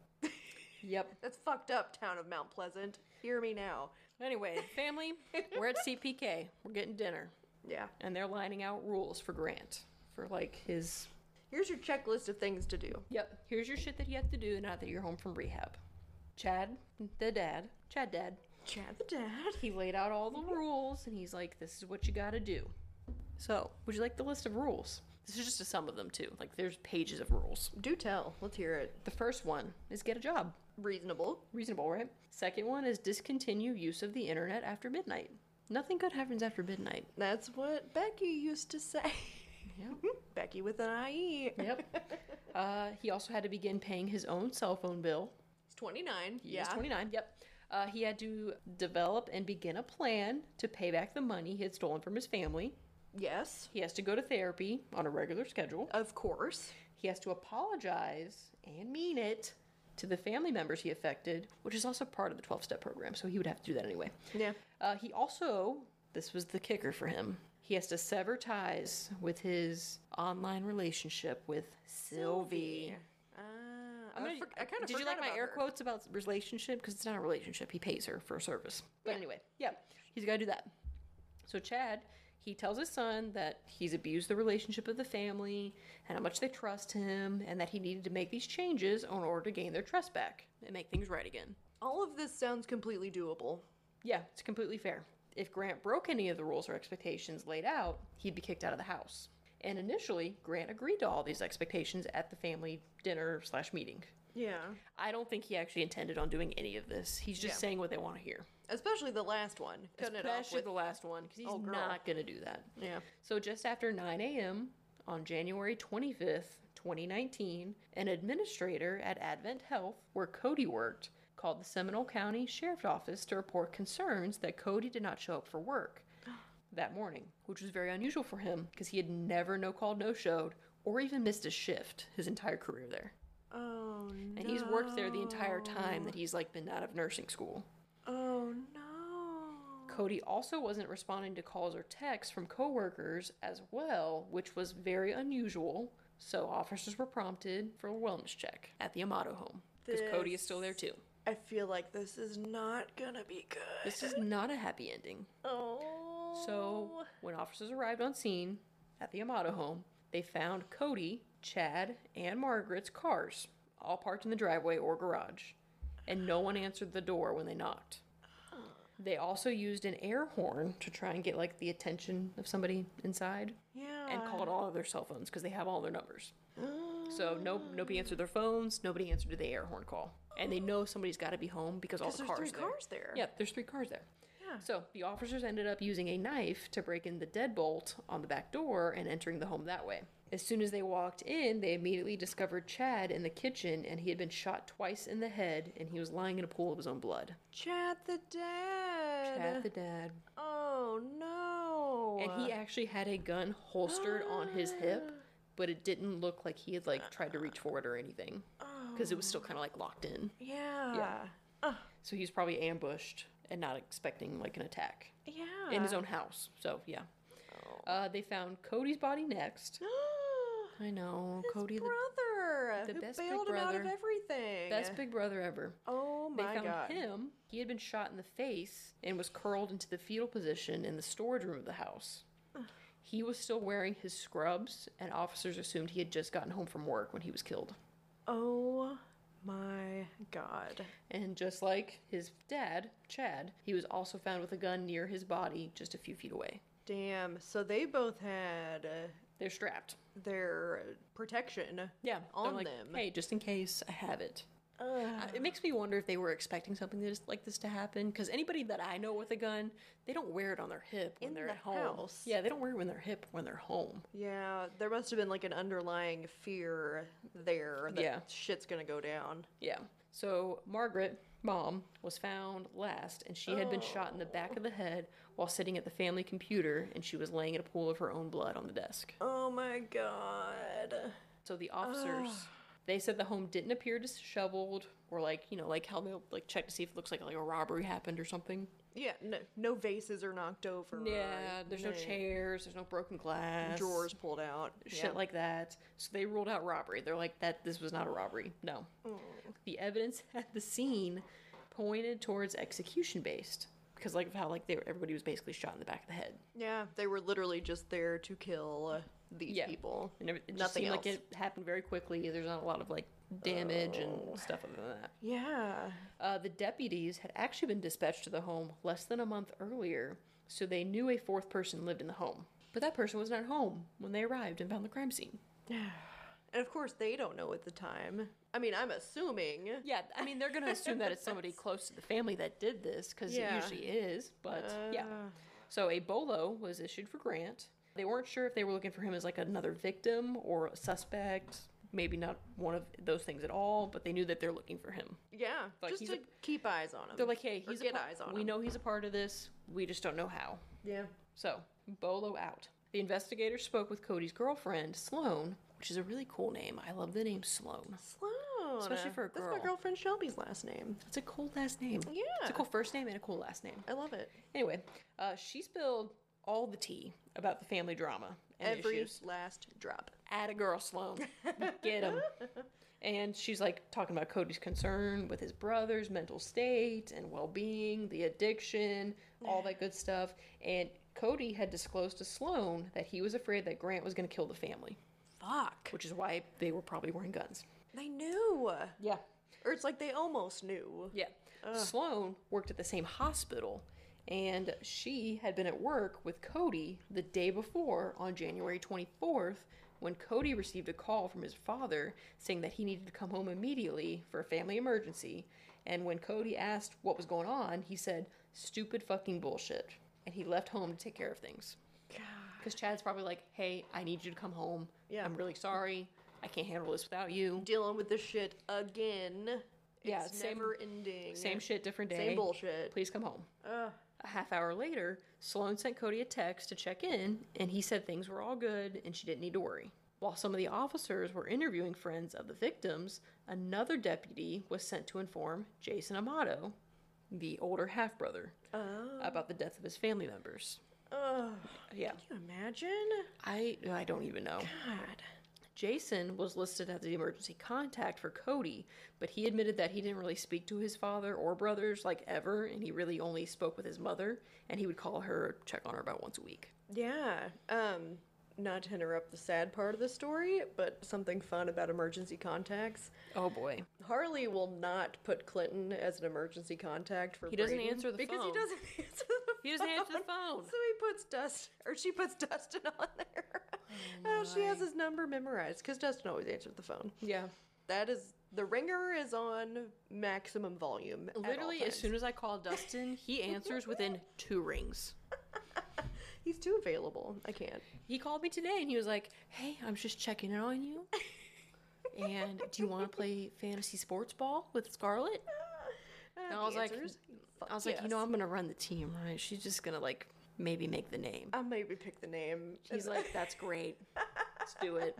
Yep. That's fucked up, town of Mount Pleasant. Hear me now. Anyway, family, we're at CPK. We're getting dinner. Yeah. And they're lining out rules for Grant for like his. Here's your checklist of things to do. Yep. Here's your shit that you have to do now that you're home from rehab. Chad, the dad, Chad dad, Chad the dad. he laid out all the rules and he's like, this is what you gotta do. So, would you like the list of rules? This is just a sum of them too. Like, there's pages of rules. <laughs> Do tell. Let's hear it. The first one is get a job. Reasonable. Reasonable, right? Second one is discontinue use of the internet after midnight. Nothing good happens after midnight. That's what Becky used to say. Yep. <laughs> Becky with an E. IE. Yep. <laughs> Uh, he also had to begin paying his own cell phone bill. He's 29. He yeah. was 29. Yep. Uh, he had to develop and begin a plan to pay back the money he had stolen from his family. Yes. He has to go to therapy on a regular schedule. Of course. He has to apologize and mean it to the family members he affected, which is also part of the 12 step program, so he would have to do that anyway. Yeah. Uh, he also, this was the kicker for him, he has to sever ties with his online relationship with Sylvie. Uh, I'm I, gonna- for- I kind of Did you like my air quotes about relationship? Because it's not a relationship. He pays her for a service. But anyway, yeah, he's got to do that. So Chad, he tells his son that he's abused the relationship of the family and how much they trust him, and that he needed to make these changes in order to gain their trust back and make things right again. All of this sounds completely doable. Yeah, it's completely fair. If Grant broke any of the rules or expectations laid out, he'd be kicked out of the house. And initially, Grant agreed to all these expectations at the family dinner slash meeting. Yeah. I don't think he actually intended on doing any of this. He's just Yeah. saying what they want to hear. Especially the last one. Cutting it off Especially with. the last one, because he's Oh, girl. not going to do that. Yeah. So just after 9 a.m. on January 25th, 2019, an administrator at Advent Health, where Cody worked, called the Seminole County Sheriff's Office to report concerns that Cody did not show up for work that morning, which was very unusual for him because he had never no called, no showed, or even missed a shift his entire career there. Oh no. And he's worked there the entire time that he's like been out of nursing school. Oh no. Cody also wasn't responding to calls or texts from coworkers as well, which was very unusual. So officers were prompted for a wellness check at the Amato home because Cody is still there too. I feel like this is not gonna be good. This is not a happy ending. Oh. So when officers arrived on scene at the Amato home, they found Cody, Chad, and Margaret's cars all parked in the driveway or garage, and no one answered the door when they knocked. They also used an air horn to try and get like the attention of somebody inside. Yeah. and called all of their cell phones because they have all their numbers. So no, nobody answered their phones. Nobody answered to the air horn call, and they know somebody's got to be home because all the There's cars. three there. cars there. Yeah, there's three cars there. Yeah. So the officers ended up using a knife to break in the deadbolt on the back door and entering the home that way. As soon as they walked in, they immediately discovered Chad in the kitchen, and he had been shot twice in the head, and he was lying in a pool of his own blood. Chad the dad. Chad, the dad, Oh no. and he actually had a gun holstered on his <gasps> hip but it didn't look like he had like tried to reach forward or anything because it was still kind of like locked in Oh, Yeah. Yeah. Uh, so he was probably ambushed and not expecting like an attack yeah. <gasps> <gasps> in his own house so yeah uh, they found cody's body next i know His cody the brother, the who best big bailed him out of brother. everything. best big brother ever Oh they my found god. him he had been shot in the face and was curled into the fetal position in the storage room of the house he was still wearing his scrubs and officers assumed he had just gotten home from work when he was killed Oh my god. And just like his dad, Chad, he was also found with a gun near his body just a few feet away. Damn. So they both had uh, They're strapped. their protection. Yeah. On like, them. Hey, just in case I have it. Uh, It makes me wonder if they were expecting something that is like this to happen. Because anybody that I know with a gun, they don't wear it on their hip when In they're the at home. house. Yeah, they don't wear it when they're hip when they're home. Yeah, there must have been like an underlying fear there that Yeah. shit's gonna go down. Yeah. So Margaret, mom, was found last, and she had been shot in the back of the head while sitting at the family computer, and she was laying in a pool of her own blood on the desk. Oh my god. So the officers, they said the home didn't appear disheveled, or like you know, like how they'll like check to see if it looks like like a robbery happened or something. Yeah, no, no vases are knocked over. Yeah, there's no chairs, there's no broken glass, Drawers pulled out. shit like that. So they ruled out robbery. They're like, that this was not a robbery. No. Mm. The evidence <laughs> at the scene pointed towards execution based because like of how like they were, everybody was basically shot in the back of the head. Yeah, they were literally just there to kill uh, these Yeah. people. And every- it just Nothing seemed else. like it happened very quickly. There's not a lot of like damage Oh. and stuff other than that. Yeah. <sighs> Uh, the deputies had actually been dispatched to the home less than a month earlier, so they knew a fourth person lived in the home. But that person was not home when they arrived and found the crime scene. And of course, they don't know at the time. I mean, I'm assuming. Yeah, I mean, they're going to assume that it's <laughs> somebody close to the family that did this, because Yeah. it usually is, but yeah. Uh, So a bolo was issued for Grant. They weren't sure if they were looking for him as like another victim or a suspect, maybe not one of those things at all, but they knew that they're looking for him. Yeah, Like, just he's to a- keep eyes on him. They're like, hey, Or he's a get par- eyes on we him. know he's a part of this, we just don't know how. Yeah. So, Bolo out. The investigator spoke with Cody's girlfriend, Sloane, which is a really cool name. I love the name Sloane. Sloan. Especially for a That's girl. my girlfriend Shelby's last name. That's a cool last name. Yeah. It's a cool first name and a cool last name. I love it. Anyway, uh, she spilled all the tea about the family drama and Every issues. last drop. At a girl, Sloane. <laughs> Get him. And she's like talking about Cody's concern with his brother's mental state and well being, the addiction, all that good stuff. And Cody had disclosed to Sloane that he was afraid that Grant was going to kill the family. Fuck. which is why they were probably wearing guns. They knew. Yeah. Or it's like they almost knew. Yeah. Sloan worked at the same hospital, and she had been at work with Cody the day before on January 24th when Cody received a call from his father saying that he needed to come home immediately for a family emergency. And when Cody asked what was going on, he said, stupid fucking bullshit. And he left home to take care of things. Because Chad's probably like, hey, I need you to come home. Yeah. I'm really sorry. I can't handle this without you. dealing with this shit again. Yeah, it's same- never ending. Same shit, different day. Same bullshit. Please come home. Ugh. A half hour later, Sloan sent Cody a text to check in, and he said things were all good and she didn't need to worry. While some of the officers were interviewing friends of the victims, another deputy was sent to inform Jason Amato, the older half brother, about the death of his family members. Ugh. Yeah, Can you imagine? I I don't even know. God. Jason was listed as the emergency contact for Cody, but he admitted that he didn't really speak to his father or brothers like ever, and he really only spoke with his mother, and he would call her, check on her about once a week. Yeah. Um, not to interrupt the sad part of the story, but something fun about emergency contacts. Oh boy. Harley will not put Clinton as an emergency contact for He doesn't Brady answer the because phone. he doesn't <laughs> answer the He doesn't answer the phone. So he puts Dust or she puts Dustin <laughs> on there. Oh, she has his number memorized because Dustin always answered the phone. <laughs> Yeah. That is the ringer is on maximum volume. at all Literally, as times. soon as I call Dustin, he answers within two rings. he's too available, I can't. He called me today and he was like, Hey, I'm just checking in on <laughs> you. And do you want to play fantasy sports ball with Scarlett? And I was like- I was like, you know, I'm, I'm gonna run the team, right? She's just gonna like maybe make the name. I maybe pick the name. He's And- like, that's great. Let's do it.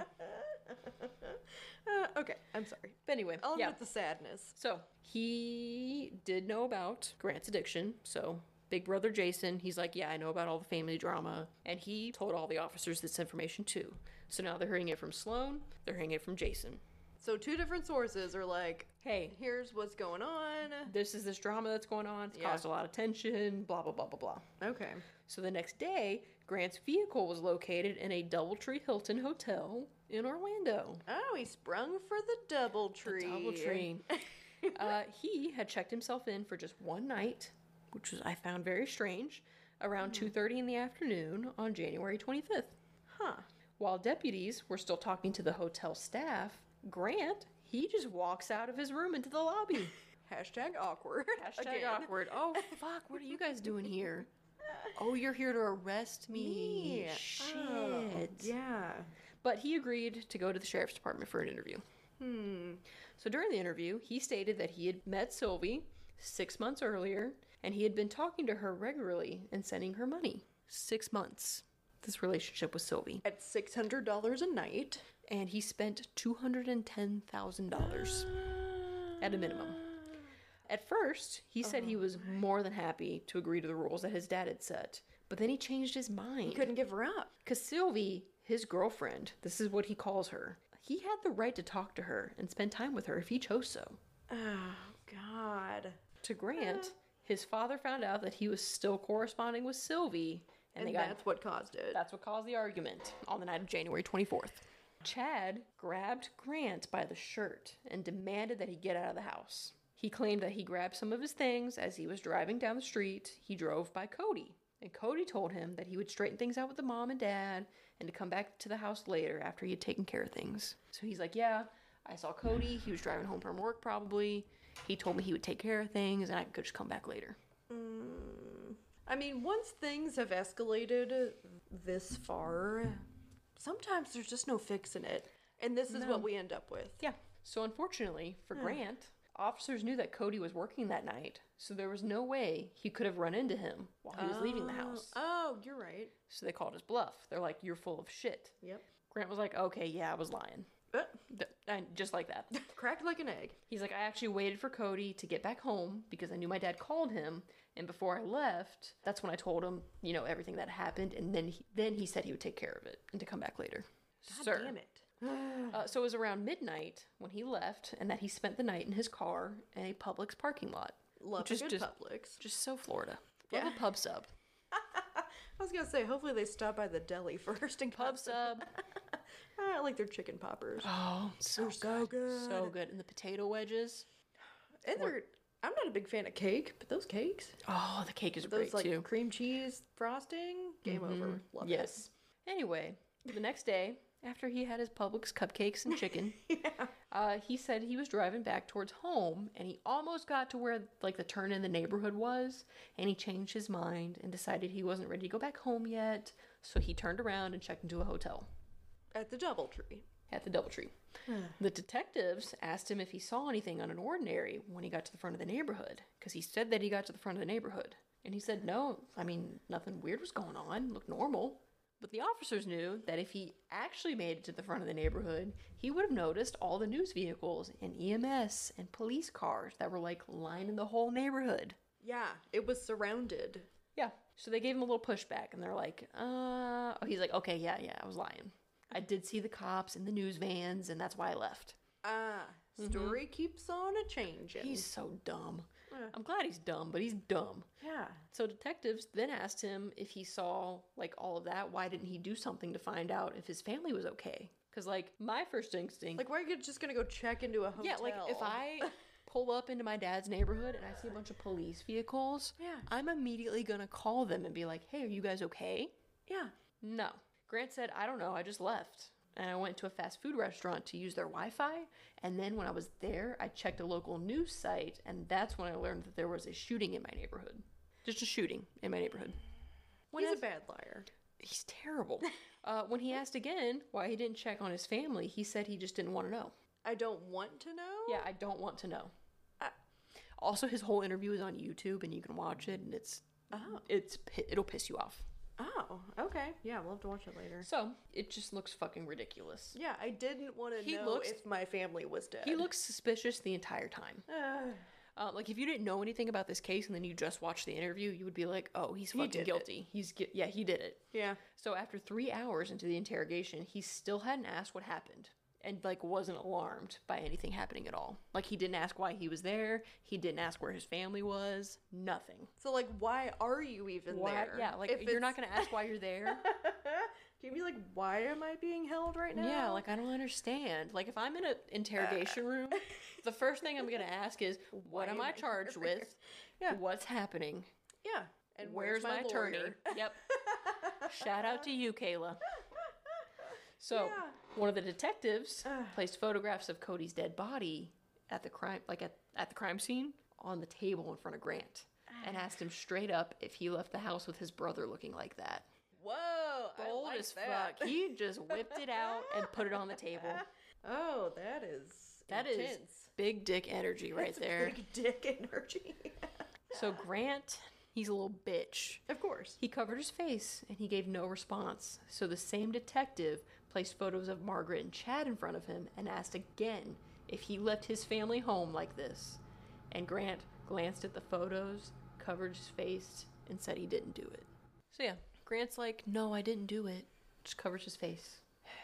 Uh, okay, I'm sorry. But anyway, I'll yeah. admit the sadness. So he did know about Grant's addiction. So Big Brother Jason, he's like, yeah, I know about all the family drama, and he told all the officers this information too. So now they're hearing it from Sloan. They're hearing it from Jason. So two different sources are like, Hey, here's what's going on. this is this drama that's going on. It's Yeah. caused a lot of tension. Blah blah blah blah blah. Okay. So the next day, Grant's vehicle was located in a DoubleTree Hilton hotel in Orlando. Oh, he sprung for the double tree. Double tree. <laughs> uh, he had checked himself in for just one night, which was I found very strange, around 2:30 in the afternoon on January 25th. Huh. While deputies were still talking to the hotel staff, Grant He just walks out of his room into the lobby. Hashtag awkward. <laughs> Hashtag Again. awkward. Oh fuck, what are you guys doing here? Oh, you're here to arrest me. Me. Shit. Oh, yeah. But he agreed to go to the sheriff's department for an interview. Hmm. So during the interview, he stated that he had met Sylvie six months earlier and he had been talking to her regularly and sending her money. Six months. This relationship with Sylvie. At six hundred dollars a <gasps> night. And he spent $210,000 at a minimum. At first, he said he was more than happy to agree to the rules that his dad had set, but then he changed his mind. He couldn't give her up. Because Sylvie, his girlfriend, this is what he calls her, he had the right to talk to her and spend time with her if he chose so. Oh, God. To Grant, his father found out that he was still corresponding with Sylvie, and, And, they got that's what caused it. that's what caused the argument on the night of January 24th. Chad grabbed Grant by the shirt and demanded that he get out of the house. He claimed that he grabbed some of his things as he was driving down the street. He drove by Cody, and Cody told him that he would straighten things out with the mom and dad and to come back to the house later after he had taken care of things. So he's like, Yeah, I saw Cody. He was driving home from work probably. He told me he would take care of things and I could just come back later. I mean, once things have escalated this far, sometimes there's just no fixing it. And this is what we. we end up with. Yeah. So unfortunately for Grant, officers knew that Cody was working that night, so there was no way he could have run into him while he was leaving the house. Oh, you're right. So they called his bluff. They're like, "You're full of shit." Yep. Grant was like, "Okay, yeah, I was lying." Uh, Th- And just <laughs> like that. cracked like an egg. He's like, "I actually waited for Cody to get back home because I knew my dad called him, and before I left, that's when I told him, you know, everything that happened, and then he, then he said he would take care of it and to come back later." God Sir. damn it. Uh, so it was around midnight when he left, and that he spent the night in his car in a Publix parking lot. Love Which is a good just- Publix. Just so Florida. Love a pub sub. I was gonna say, hopefully they stop by the deli <laughs> first and Pub sub. I like their chicken poppers. Oh, so good. so good. So good. And the potato wedges. And they're. I'm not a big fan of cake, but those cakes, Oh, the cake is those great like too. Mm-hmm. cream cheese frosting, game over. Love Yes. Anyway, the next day, after he had his Publix cupcakes and chicken, uh, he said he was driving back towards home, and he almost got to where like the turn in the neighborhood was, and he changed his mind and decided he wasn't ready to go back home yet. So he turned around and checked into a hotel. it. At the DoubleTree. at the Doubletree. the detectives asked him if he saw anything unordinary when he got to the front of the neighborhood, because he said that he got to the front of the neighborhood. And he said, no, I mean, nothing weird was going on, looked normal. But the officers knew that if he actually made it to the front of the neighborhood, he would have noticed all the news vehicles and EMS and police cars that were like lining the whole neighborhood. Yeah, it was surrounded. Yeah. So they gave him a little pushback and they're like, uh, oh, he's like, okay, yeah, yeah, I was lying. I did see the cops and the news vans, and that's why I left. Ah, Mm-hmm. story keeps on a changing. He's so dumb. I'm glad he's dumb, but he's dumb. yeah. So detectives then asked him if he saw like all of that. Why didn't he do something to find out if his family was okay? Because like my first instinct, Like, why are you just gonna go check into a hotel? yeah, like if I <laughs> pull up into my dad's neighborhood and I see a bunch of police vehicles, Yeah. I'm immediately gonna call them and be like, "Hey, are you guys okay?" Yeah. No. Grant said, I don't know, I just left. And I went to a fast food restaurant to use their Wi Fi. And then when I was there, I checked a local news site. And that's when I learned that there was a shooting in my neighborhood. Just a shooting in my neighborhood. When He's a asked- bad liar. he's terrible. <laughs> uh, when he asked again why he didn't check on his family, he said he just didn't want to know. I don't want to know. Yeah, I don't want to know. I- Also, his whole interview is on YouTube and you can watch it and it's, Oh. it's, pi- it'll piss you off. Oh. Okay. Yeah, we'll have to watch it later. So it just looks fucking ridiculous. Yeah, I didn't want to He know looks- if my family was dead. He looks suspicious the entire time. Ugh. Uh, like if you didn't know anything about this case and then you just watched the interview, you would be like, "Oh, he's fucking did it. guilty. He's gui- yeah, he did it." <sighs> yeah. So after three hours into the interrogation, he still hadn't asked what happened and like wasn't alarmed by anything happening at all. Like he didn't ask why he was there. He didn't ask where his family was. Nothing. So like, why are you even Why? there? Yeah, like If you're not it's- <laughs> gonna ask why you're <laughs> there. Can you be like, why am I being held right now? Yeah, like I don't understand. Like if I'm in an interrogation room, the first thing I'm gonna ask <laughs> is, "What Uh. am am I I charged here?" with? Yeah. What's happening? yeah. <laughs> <laughs> Where's, my, attorney? lawyer? Yep. Shout out to you, Kayla. So one of the detectives placed photographs of Cody's dead body at the crime, like at, at the crime scene, on the table in front of Grant, and asked him straight up if he left the house with his brother looking like that. Whoa, I Bold like as that. fuck. He just whipped it out and put it on the table. Oh, that is That is intense. big dick <laughs> energy right there. big dick <laughs> energy. <laughs> So Grant, he's a little bitch. Of course. He covered his face and he gave no response. So the same detective placed photos of Margaret and Chad in front of him and asked again if he left his family home like this. And Grant glanced at the photos, covered his face, and said he didn't do it. So yeah, Grant's like, "No, I didn't do it." Just covers his face. <sighs>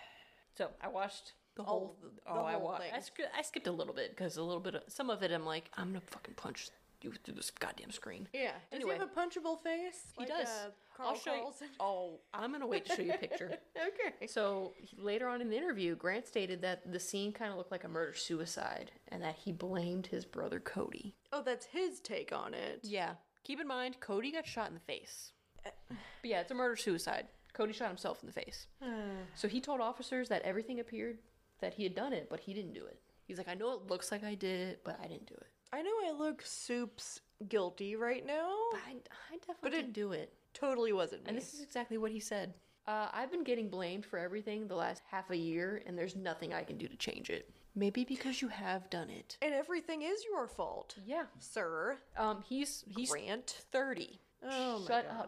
So I watched the whole. oh, I whole watched. thing. I, sk- I skipped a little bit because a little bit, of, some of it, I'm like, I'm gonna fucking punch you through this goddamn screen. Yeah. Does Anyway. he have a punchable face? He Like, does. Uh, I'll Carl show Carlson? you. <laughs> Oh, I'm gonna wait to show you a <laughs> picture. Okay. So he- later on in the interview, Grant stated that the scene kind of looked like a murder suicide, and that he blamed his brother Cody. Oh, that's his take on it. Yeah. Keep in mind, Cody got shot in the face. But yeah, it's a murder suicide. Cody shot himself in the <sighs> face. so he told officers that everything appeared that he had done it, but he didn't do it. He's like, I know it looks like I did it, but I didn't do it. I know I look soups guilty right now. But I, I definitely didn't do it. Totally wasn't And me. this is exactly what he said. Uh, I've been getting blamed for everything the last half a year, and there's nothing I can do to change it. Maybe because you have done it. And everything is your fault, Yeah. sir. Um. He's he's Grant. 30. Oh my Shut God.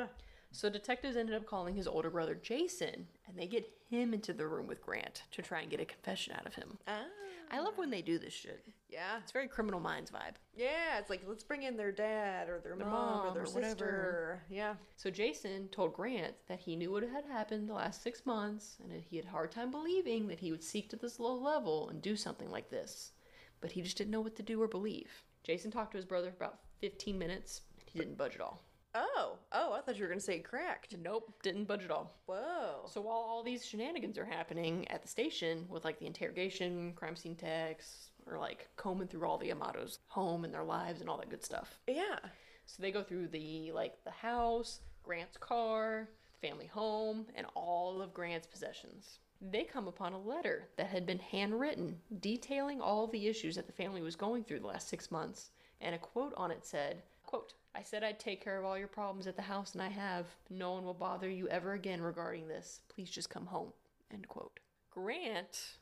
up. So detectives ended up calling his older brother Jason, and they get him into the room with Grant to try and get a confession out of him. Ah. I love when they do this shit. Yeah. It's very Criminal Minds vibe. Yeah, it's like let's bring in their dad or their, mom, or mom their or sister. whatever. Yeah. So Jason told Grant that he knew what had happened the last six months and that he had a hard time believing that he would seek to this low level and do something like this. But he just didn't know what to do or believe. Jason talked to his brother for about 15 minutes and he didn't budge at all. Oh, oh, I thought you were gonna say cracked. Nope, didn't budge at all. Whoa. So while all these shenanigans are happening at the station with like the interrogation, crime scene texts, or like combing through all the Amato's home and their lives and all that good stuff. Yeah. So they go through the like the house, Grant's car, family home, and all of Grant's possessions. They come upon a letter that had been handwritten detailing all the issues that the family was going through the last 6 months, and a quote on it said, quote, "I said I'd take care of all your problems at the house and I have. No one will bother you ever again regarding this. Please just come home." End quote. Grant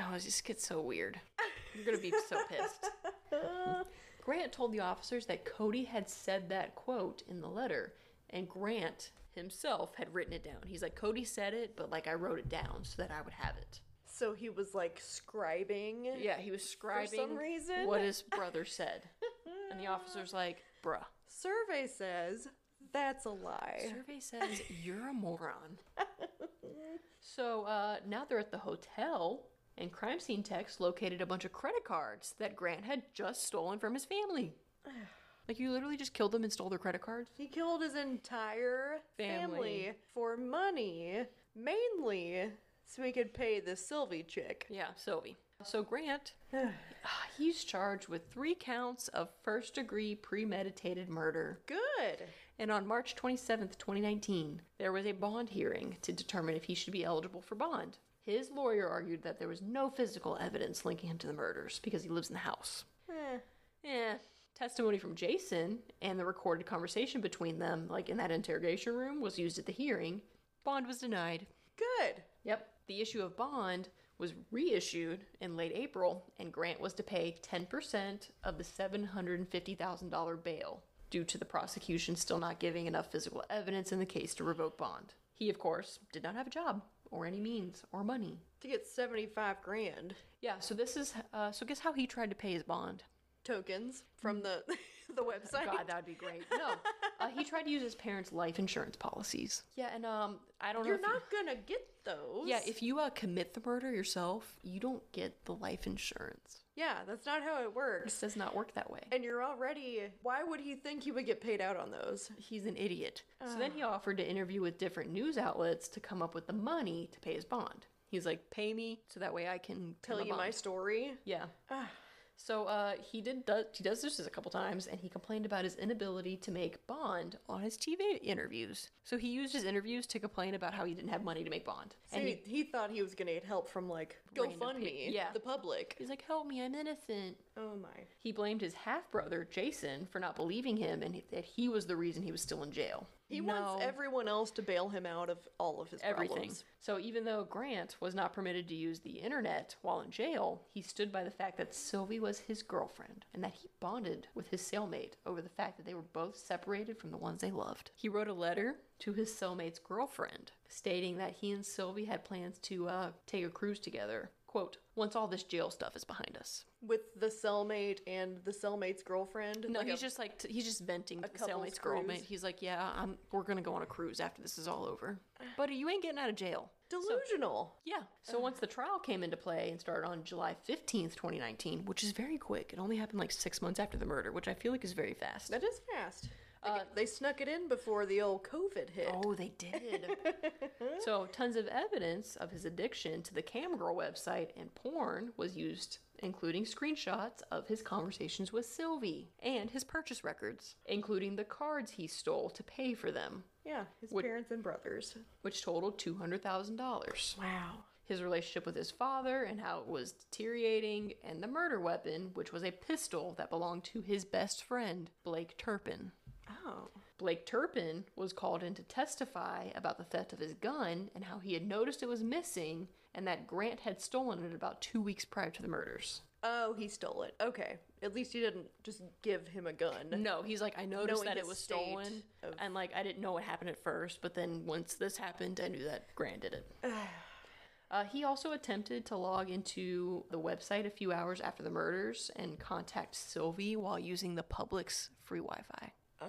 Oh, it just gets so weird. You're gonna be so pissed. Grant told the officers that Cody had said that quote in the letter, and Grant himself had written it down. He's like, Cody said it, but like I wrote it down so that I would have it. So he was like scribing. Yeah, he was scribing reason. what his brother said, <laughs> and the officer's like, "Bruh, Survey says that's a lie. survey says you're a <laughs> moron." so uh, now they're at the hotel, and crime scene techs located a bunch of credit cards that Grant had just stolen from his <sighs> family. Like you literally just killed them and stole their credit cards. He killed his entire Family. family. for money, mainly so he could pay the Sylvie chick. <sighs> Yeah, Sylvie. So Grant, ah, he's charged with three counts of first degree premeditated murder. Good. And on March 27th, 2019, there was a bond hearing to determine if he should be eligible for bond. His lawyer argued that there was no physical evidence linking him to the murders because he lives in the house. Eh. Testimony from Jason and the recorded conversation between them, like in that interrogation room, was used at the hearing. Bond was denied. Good. Yep. The issue of bond was reissued in late April, and Grant was to pay 10% of the $750,000 bail due to the prosecution still not giving enough physical evidence in the case to revoke bond. He, of course, did not have a job or any means or money. To get 75 grand Yeah, so this is, uh, so guess how he tried to pay his bond? tokens from the <laughs> the website. <laughs> God, that would be great. No, uh, he tried to use his parents' life insurance policies. Yeah, and um, I don't You're know if you- not going to get those. yeah, if you uh, commit the murder yourself, you don't get the life insurance. Yeah, that's not how it works. This does not work that way. And you're already why would he think he would get paid out on those? He's an idiot. So then he Ah. offered to interview with different news outlets to come up with the money to pay his bond. He's like, pay me so that way I can pay Tell you my Ah. bond." story. Yeah. So uh, he did do- he does this a couple times, and he complained about his inability to make Bond on his TV interviews. So he used his interviews to complain about how he didn't have money to make Bond, So and he, he thought he was gonna get help from like Random GoFundMe, people. Yeah. the public. he's like, "Help me, I'm innocent." Oh my. He blamed his half brother Jason for not believing him, and that he was the reason he was still in jail. He wants everyone else to bail him out of all of his everything. problems. So even though Grant was not permitted to use the internet while in jail, he stood by the fact that Sylvie was his girlfriend and that he bonded with his cellmate over the fact that they were both separated from the ones they loved. He wrote a letter to his cellmate's girlfriend stating that he and Sylvie had plans to uh, take a cruise together. Quote, once all this jail stuff is behind us. With the cellmate and the cellmate's girlfriend. No, like he's a- just like, t- he's just venting to the couple's cellmate's cruise. girlmate. He's like, yeah, I'm, we're going to go on a cruise after this is <sighs> all over. Buddy, you ain't getting out of jail. delusional. Yeah. So once the trial came into play and started on July 15th, 2019, which is very quick. It only happened like six months after the murder, which I feel like is very fast. That is fast. They, they snuck it in before the old COVID hit. Uh, Oh, they did. so tons of evidence of his addiction to the Camgirl website and porn was used, including screenshots of his conversations with Sylvie and his purchase records, including the cards he stole to pay for them, Yeah, his Would- parents and brothers. which totaled $200,000. Wow. his relationship with his father and how it was deteriorating, and the murder weapon, which was a pistol that belonged to his best friend, Blake Turpin. Oh. Blake Turpin was called in to testify about the theft of his gun and how he had noticed it was missing and that Grant had stolen it about two weeks prior to the murders. Oh, he stole it. Okay. At least he didn't just give him a gun. No, he's like, I noticed Knowing that it his was state stolen, of- and like, I didn't know what happened at first, but then once this happened, I knew that Grant <sighs> did it. Uh, he also attempted to log into the website a few hours after the murders and contact Sylvie while using the public's free Wi Fi. Uh,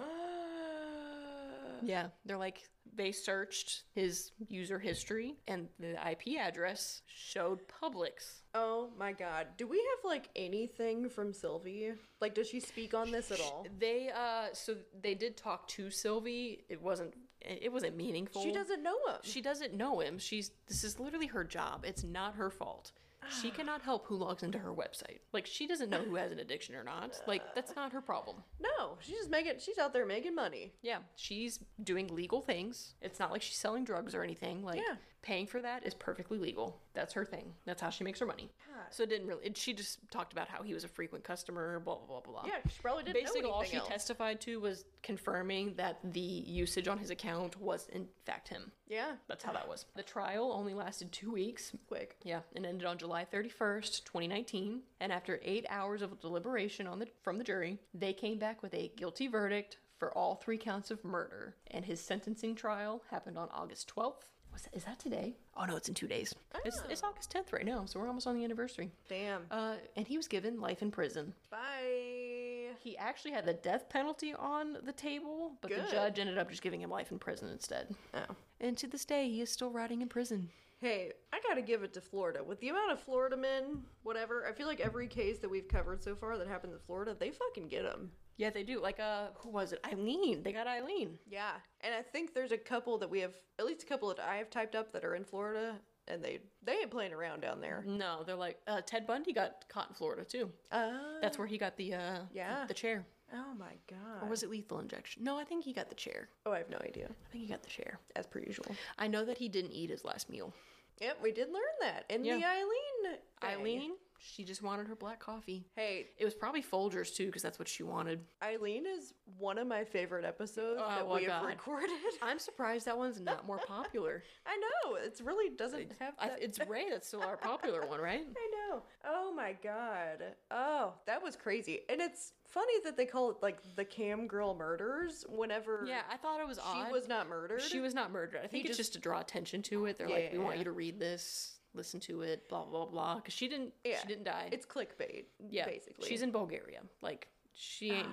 Yeah, they're like, they searched his user history and the IP address showed Publix. Oh my god. Do we have like anything from Sylvie? Like does she speak on this at all? They, uh, so they did talk to Sylvie. It wasn't, it wasn't meaningful. She doesn't know him. She doesn't know him. She's this is literally her job. It's not her fault. Ah. She cannot help who logs into her website. Like she doesn't know who has an addiction <laughs> or not. Like that's not her problem. no, she's just making she's out there making money. Yeah, she's doing legal things. It's not like she's selling drugs or anything. Like Yeah. paying for that is perfectly legal. That's her thing. That's how she makes her money. So it didn't really. It, she just talked about how he was a frequent customer. Blah blah blah blah. <laughs> Yeah, she probably didn't Basically, know all she anything else. testified to was confirming that the usage on his account was in fact him. yeah. That's how that was. The trial only lasted two weeks. Quick. Yeah, and ended on July 31st, 2019. And after eight hours of deliberation on the, from the jury, they came back with a guilty verdict for all three counts of murder. And his sentencing trial happened on August 12th. Was that, is that today? Oh no, it's in two days. It's, it's August 10th right now, so we're almost on the anniversary. Damn. Uh, and he was given life in prison. Bye. He actually had the death penalty on the table, but Good. the judge ended up just giving him life in prison instead. Oh. And to this day, he is still rotting in prison. Hey, I gotta give it to Florida. With the amount of Florida men, whatever, I feel like every case that we've covered so far that happens in Florida, they fucking get them. Yeah, they do. Like, uh, who was it? Eileen. They got Eileen. Yeah. And I think there's a couple that we have, at least a couple that I have typed up that are in Florida, and they they ain't playing around down there. No, they're like uh, Ted Bundy got caught in Florida too. Uh, That's where he got the uh, Yeah. the, chair. oh my god. Or was it lethal injection? No, I think he got the chair. oh, I have no idea. I think he got the chair. As per usual. I know that he didn't eat his last meal. Yep, we did learn that. And the Yeah. Eileen. thing. Eileen, she just wanted her black coffee. Hey, It was probably Folgers too, because that's what she wanted. Eileen is one of my favorite episodes Oh that my we have God. recorded. <laughs> I'm surprised that one's not more popular. I know. It's really doesn't have <laughs> I, that. it's Ray that's still our popular one, right? I know. Oh my god. Oh, that was crazy. And it's funny that they call it like the cam girl murders whenever Yeah, I thought it was she odd. was not murdered. She was not murdered. I think it's just to draw attention to it. They're like, we want you to read this, listen to it, blah blah blah. Because she didn't, Yeah. she didn't die. it's clickbait, yeah, basically. she's in Bulgaria. Like she <sighs> ain't.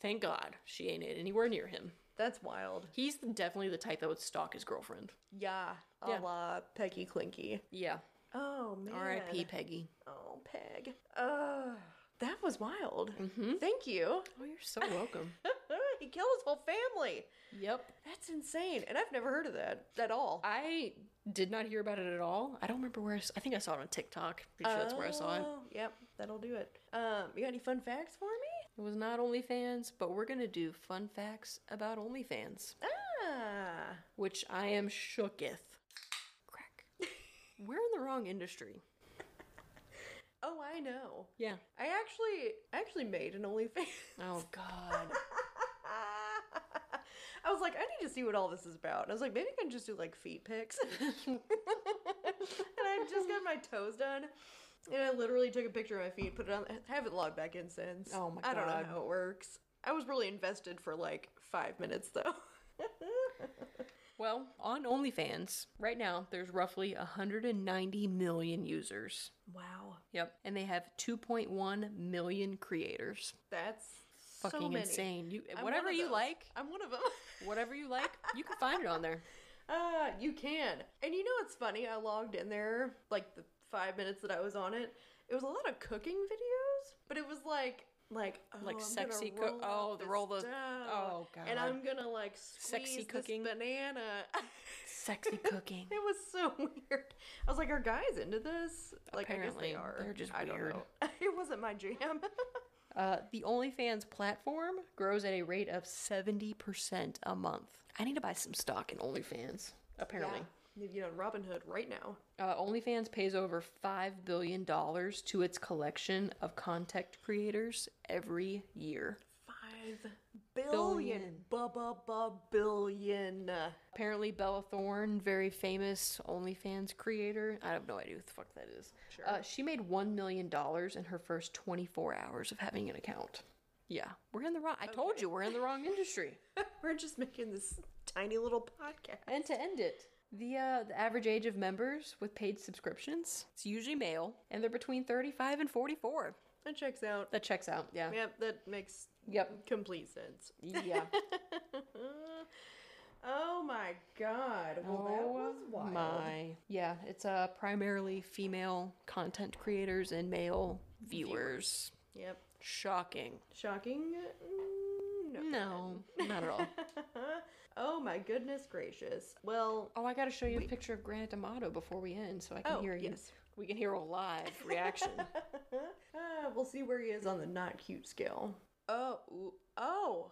thank God she ain't anywhere near him. That's wild. He's definitely the type that would stalk his girlfriend. Yeah. A Yeah. la Peggy Clinky. Yeah. Oh man. R.I.P. Peggy. Oh, Mm-hmm. Peg. Oh, that was wild. Thank you. <laughs> Oh, you're so welcome. He killed his whole family. <laughs> Yep. That's insane. And I've never heard of that at all. I did not hear about it at all. I don't remember where I, s- I think I saw it on TikTok. Pretty sure that's where I saw it. Oh, Yep, that'll do it. Um, you got any fun facts for me? It was not OnlyFans, but we're gonna do fun facts about OnlyFans, Ah, which I am shooketh. Crack. <laughs> we're in the wrong industry. oh, I know. Yeah. I actually, I actually made an OnlyFans. Oh <laughs> God. I was like, I need to see what all this is about. And I was like, maybe I can just do like feet pics. <laughs> and I just got my toes done. And I literally took a picture of my feet, put it on. I haven't logged back in since. Oh my I don't know God. how it works. I was really invested for like five minutes though. <laughs> well, on OnlyFans right now, there's roughly 190 million users. wow, Yep, and they have 2.1 million creators. that's so Fucking many. insane. You I'm one whatever of you those. like, I'm one of <laughs> them. whatever you like, you can find it <laughs> on there. Uh, you can. And you know what's funny? I logged in there, like the five minutes that I was on it. It was a lot of cooking videos, but it was like, like, oh, Like I'm sexy gonna roll cook- oh, up the this roll the- dough, oh, God. And I'm gonna like squeeze Sexy sexy cooking. cooking <laughs> banana. Sexy cooking. it was so <laughs> weird. I was like, are guys into this? Like, I guess Apparently, they are. they're just I don't weird. know. <laughs> it wasn't my jam. <laughs> <laughs> Uh, the OnlyFans platform grows at a rate of 70% a month. I need to buy some stock in OnlyFans, apparently. you know, Robin Hood right now. Uh, OnlyFans pays over $5 billion to its collection of content creators every year. Five billion, ba ba billion. Apparently, Bella Thorne, very famous OnlyFans creator, I have no idea who the fuck that is. Uh, she made $1 million in her first 24 hours of having an account. Yeah, we're in the wrong. I told you, we're in the wrong industry. <laughs> We're just making this tiny little podcast. And to end it, the uh, the average age of members with paid subscriptions, it's usually male, and they're between 35 and 44. That checks out. That checks out. Yeah. Yep, that makes Yep. complete sense. <laughs> <laughs> Yeah. Oh my god. Well, that was wild. Oh my. Yeah, it's uh primarily female content creators and male viewers. Yep. Shocking. Shocking? Mm, No. No, not at all. <laughs> oh my goodness gracious. Well, <laughs> Oh, I got to show you a picture of Grant Amato before we end, so I can Oh, hear you. yes. We can hear a live <laughs> reaction. uh, <laughs> we'll see where he is on the not cute scale. Oh, ooh, oh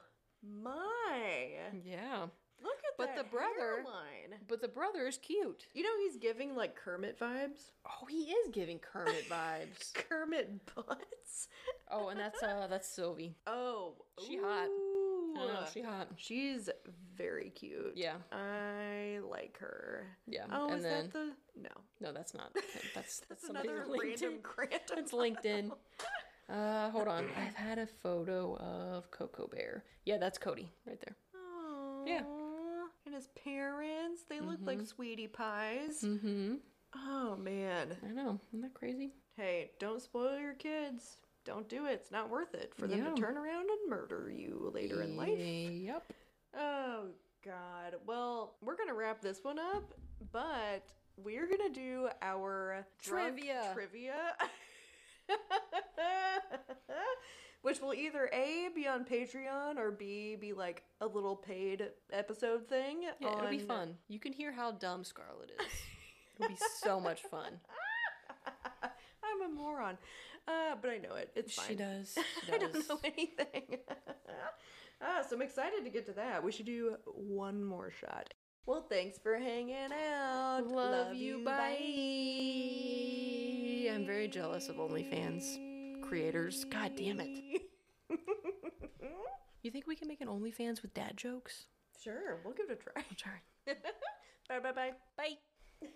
my. yeah, Look at But that the brother- hairline. but the brother is cute. You know he's giving like Kermit vibes. <laughs> Oh, he is giving Kermit vibes. Kermit butts. <laughs> Oh, and that's uh that's Sylvie. Oh, She hot. ooh. I know, she hot. She's very cute. Yeah. I like her. Yeah, Oh, and is then- that the no? No, that's <laughs> not. That's that's, That's somebody another from LinkedIn. <laughs> random random. That's LinkedIn. Uh, hold on. I've had a photo of Coco Bear. Yeah, that's Cody right there. <laughs> Yeah. Aw, And his parents, they look like sweetie pies. Mm-hmm. Oh man. I know. Isn't that crazy? Hey, don't spoil your kids. Don't do it. It's not worth it for them Yeah. to turn around and murder you later in life. Yep. Oh, God. Well, we're going to wrap this one up, but we're going to do our drunk Trivia. Trivia. <laughs> Which will either A, be on Patreon, or B, be like a little paid episode thing. Yeah, it'll be on- fun. You can hear how dumb Scarlett <laughs> is. It'll be so much fun. <laughs> I'm a moron. Uh, but I know it. It's fine. She does. <laughs> She <laughs> I don't does. know anything. <laughs> ah, so I'm excited to get to that. We should do one more shot. Well, thanks for hanging out. Love, you. bye. I'm very jealous of OnlyFans creators. God damn it. <laughs> You think we can make an OnlyFans with dad jokes? Sure, we'll give it a try. Sorry. Bye bye bye. Bye.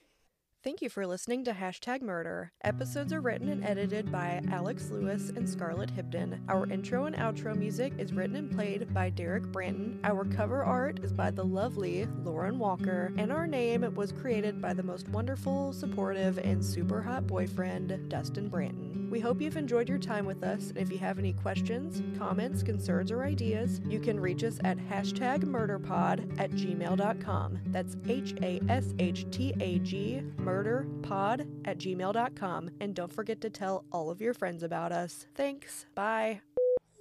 Thank you for listening to Hashtag Murder. Episodes are written and edited by Alex Lewis and Scarlett Hibden. Our intro and outro music is written and played by Derek Branton. Our cover art is by the lovely Lauren Walker. And our name was created by the most wonderful, supportive, and super hot boyfriend, Dustin Branton. We hope you've enjoyed your time with us, and if you have any questions, comments, concerns, or ideas, you can reach us at hashtag murderpod at gmail.com. That's H A S H T A G murderpod at gmail.com. And don't forget to tell all of your friends about us. Thanks. Bye.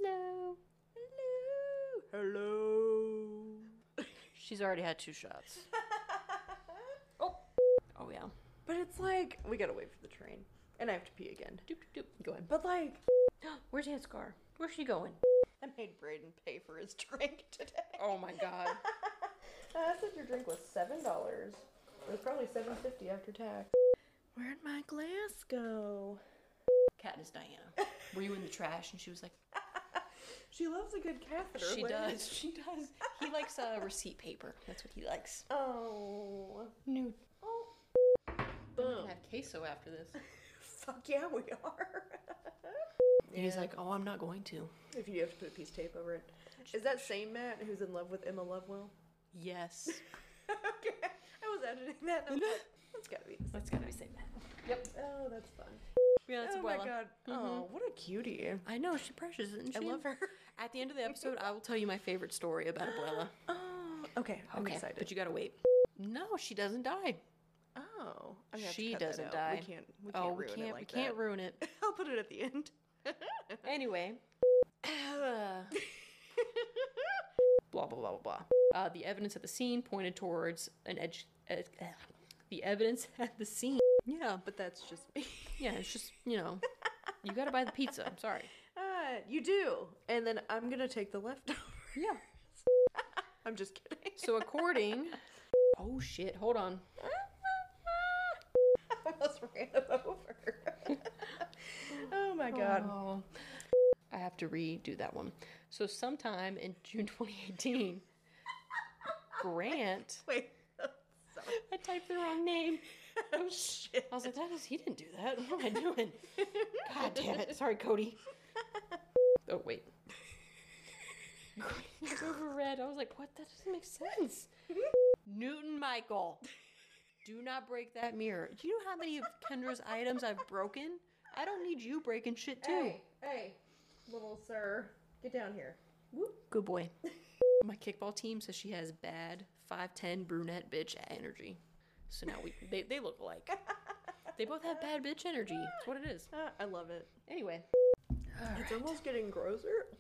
Hello. Hello. Hello. She's already had two shots. <laughs> oh. Oh, yeah. But it's like, we gotta wait for the train. And I have to pee again. Doop, doop, doop. Go ahead. But like, <gasps> Where's Aunt Scar? Where's she going? I made Braden pay for his <laughs> drink today. Oh, my God. I said your drink was seven dollars. It was probably seven fifty after tax. Where'd my glass go? <laughs> Katniss Diana. Were you in the trash? And she was like, She loves a good catheter. she like- does. She does. <laughs> He likes uh, receipt paper. That's what he likes. Oh, New. boom! have queso after this. Fuck yeah, we are. <laughs> And he's like, oh, I'm not going to. if you have to put a piece of tape over it, is that same Matt who's in love with Emma Lovewell? <laughs> Yes. okay, I was editing that. And I was like, that's gotta be. The <laughs> That's gotta be St. Matt. same. Oh, that's fun. Yeah, that's oh my Abuela. god. Oh, what a cutie. I know, she precious, isn't she? I love her. At the end of the episode, I will tell you my favorite story about Abuela. <gasps> Oh, okay. I'm okay, excited. but you gotta wait. No, she doesn't die. oh, I'm gonna have to she cut that doesn't out. die. We can't. We can't oh, we ruin can't. it like we can't that. ruin it. <laughs> I'll put it at the end. Anyway. blah blah blah blah blah. Uh, the evidence at the scene pointed towards an edge. Ed, uh, the evidence <laughs> at the scene. Yeah, But that's just me. yeah. It's just you know, you gotta buy the pizza. I'm sorry. <laughs> Uh, you do. And then I'm going to take the leftovers. Yeah. <laughs> I'm just kidding. <laughs> So according. Oh shit! Hold on. I almost ran him over. <laughs> oh my god. Oh. I have to redo that one. So sometime in June <laughs> 2018, Grant. <laughs> Wait. I typed the wrong name. <laughs> Oh shit! I was like, that is he didn't do that. What am I doing? God damn it! Sorry, Cody. <laughs> Oh wait. <laughs> It's over red. I was like, what? That doesn't make sense. Newton Michael, do not break that mirror. Do you know how many of Kendra's items I've broken? I don't need you breaking shit too. <laughs> Hey, hey, little sir. Get down here. Good boy. My kickball team says she has bad 5'10 brunette bitch energy. So now we they, they look alike. They both have bad bitch energy. That's what it is. Uh, I love it. Anyway. It's almost getting grosser.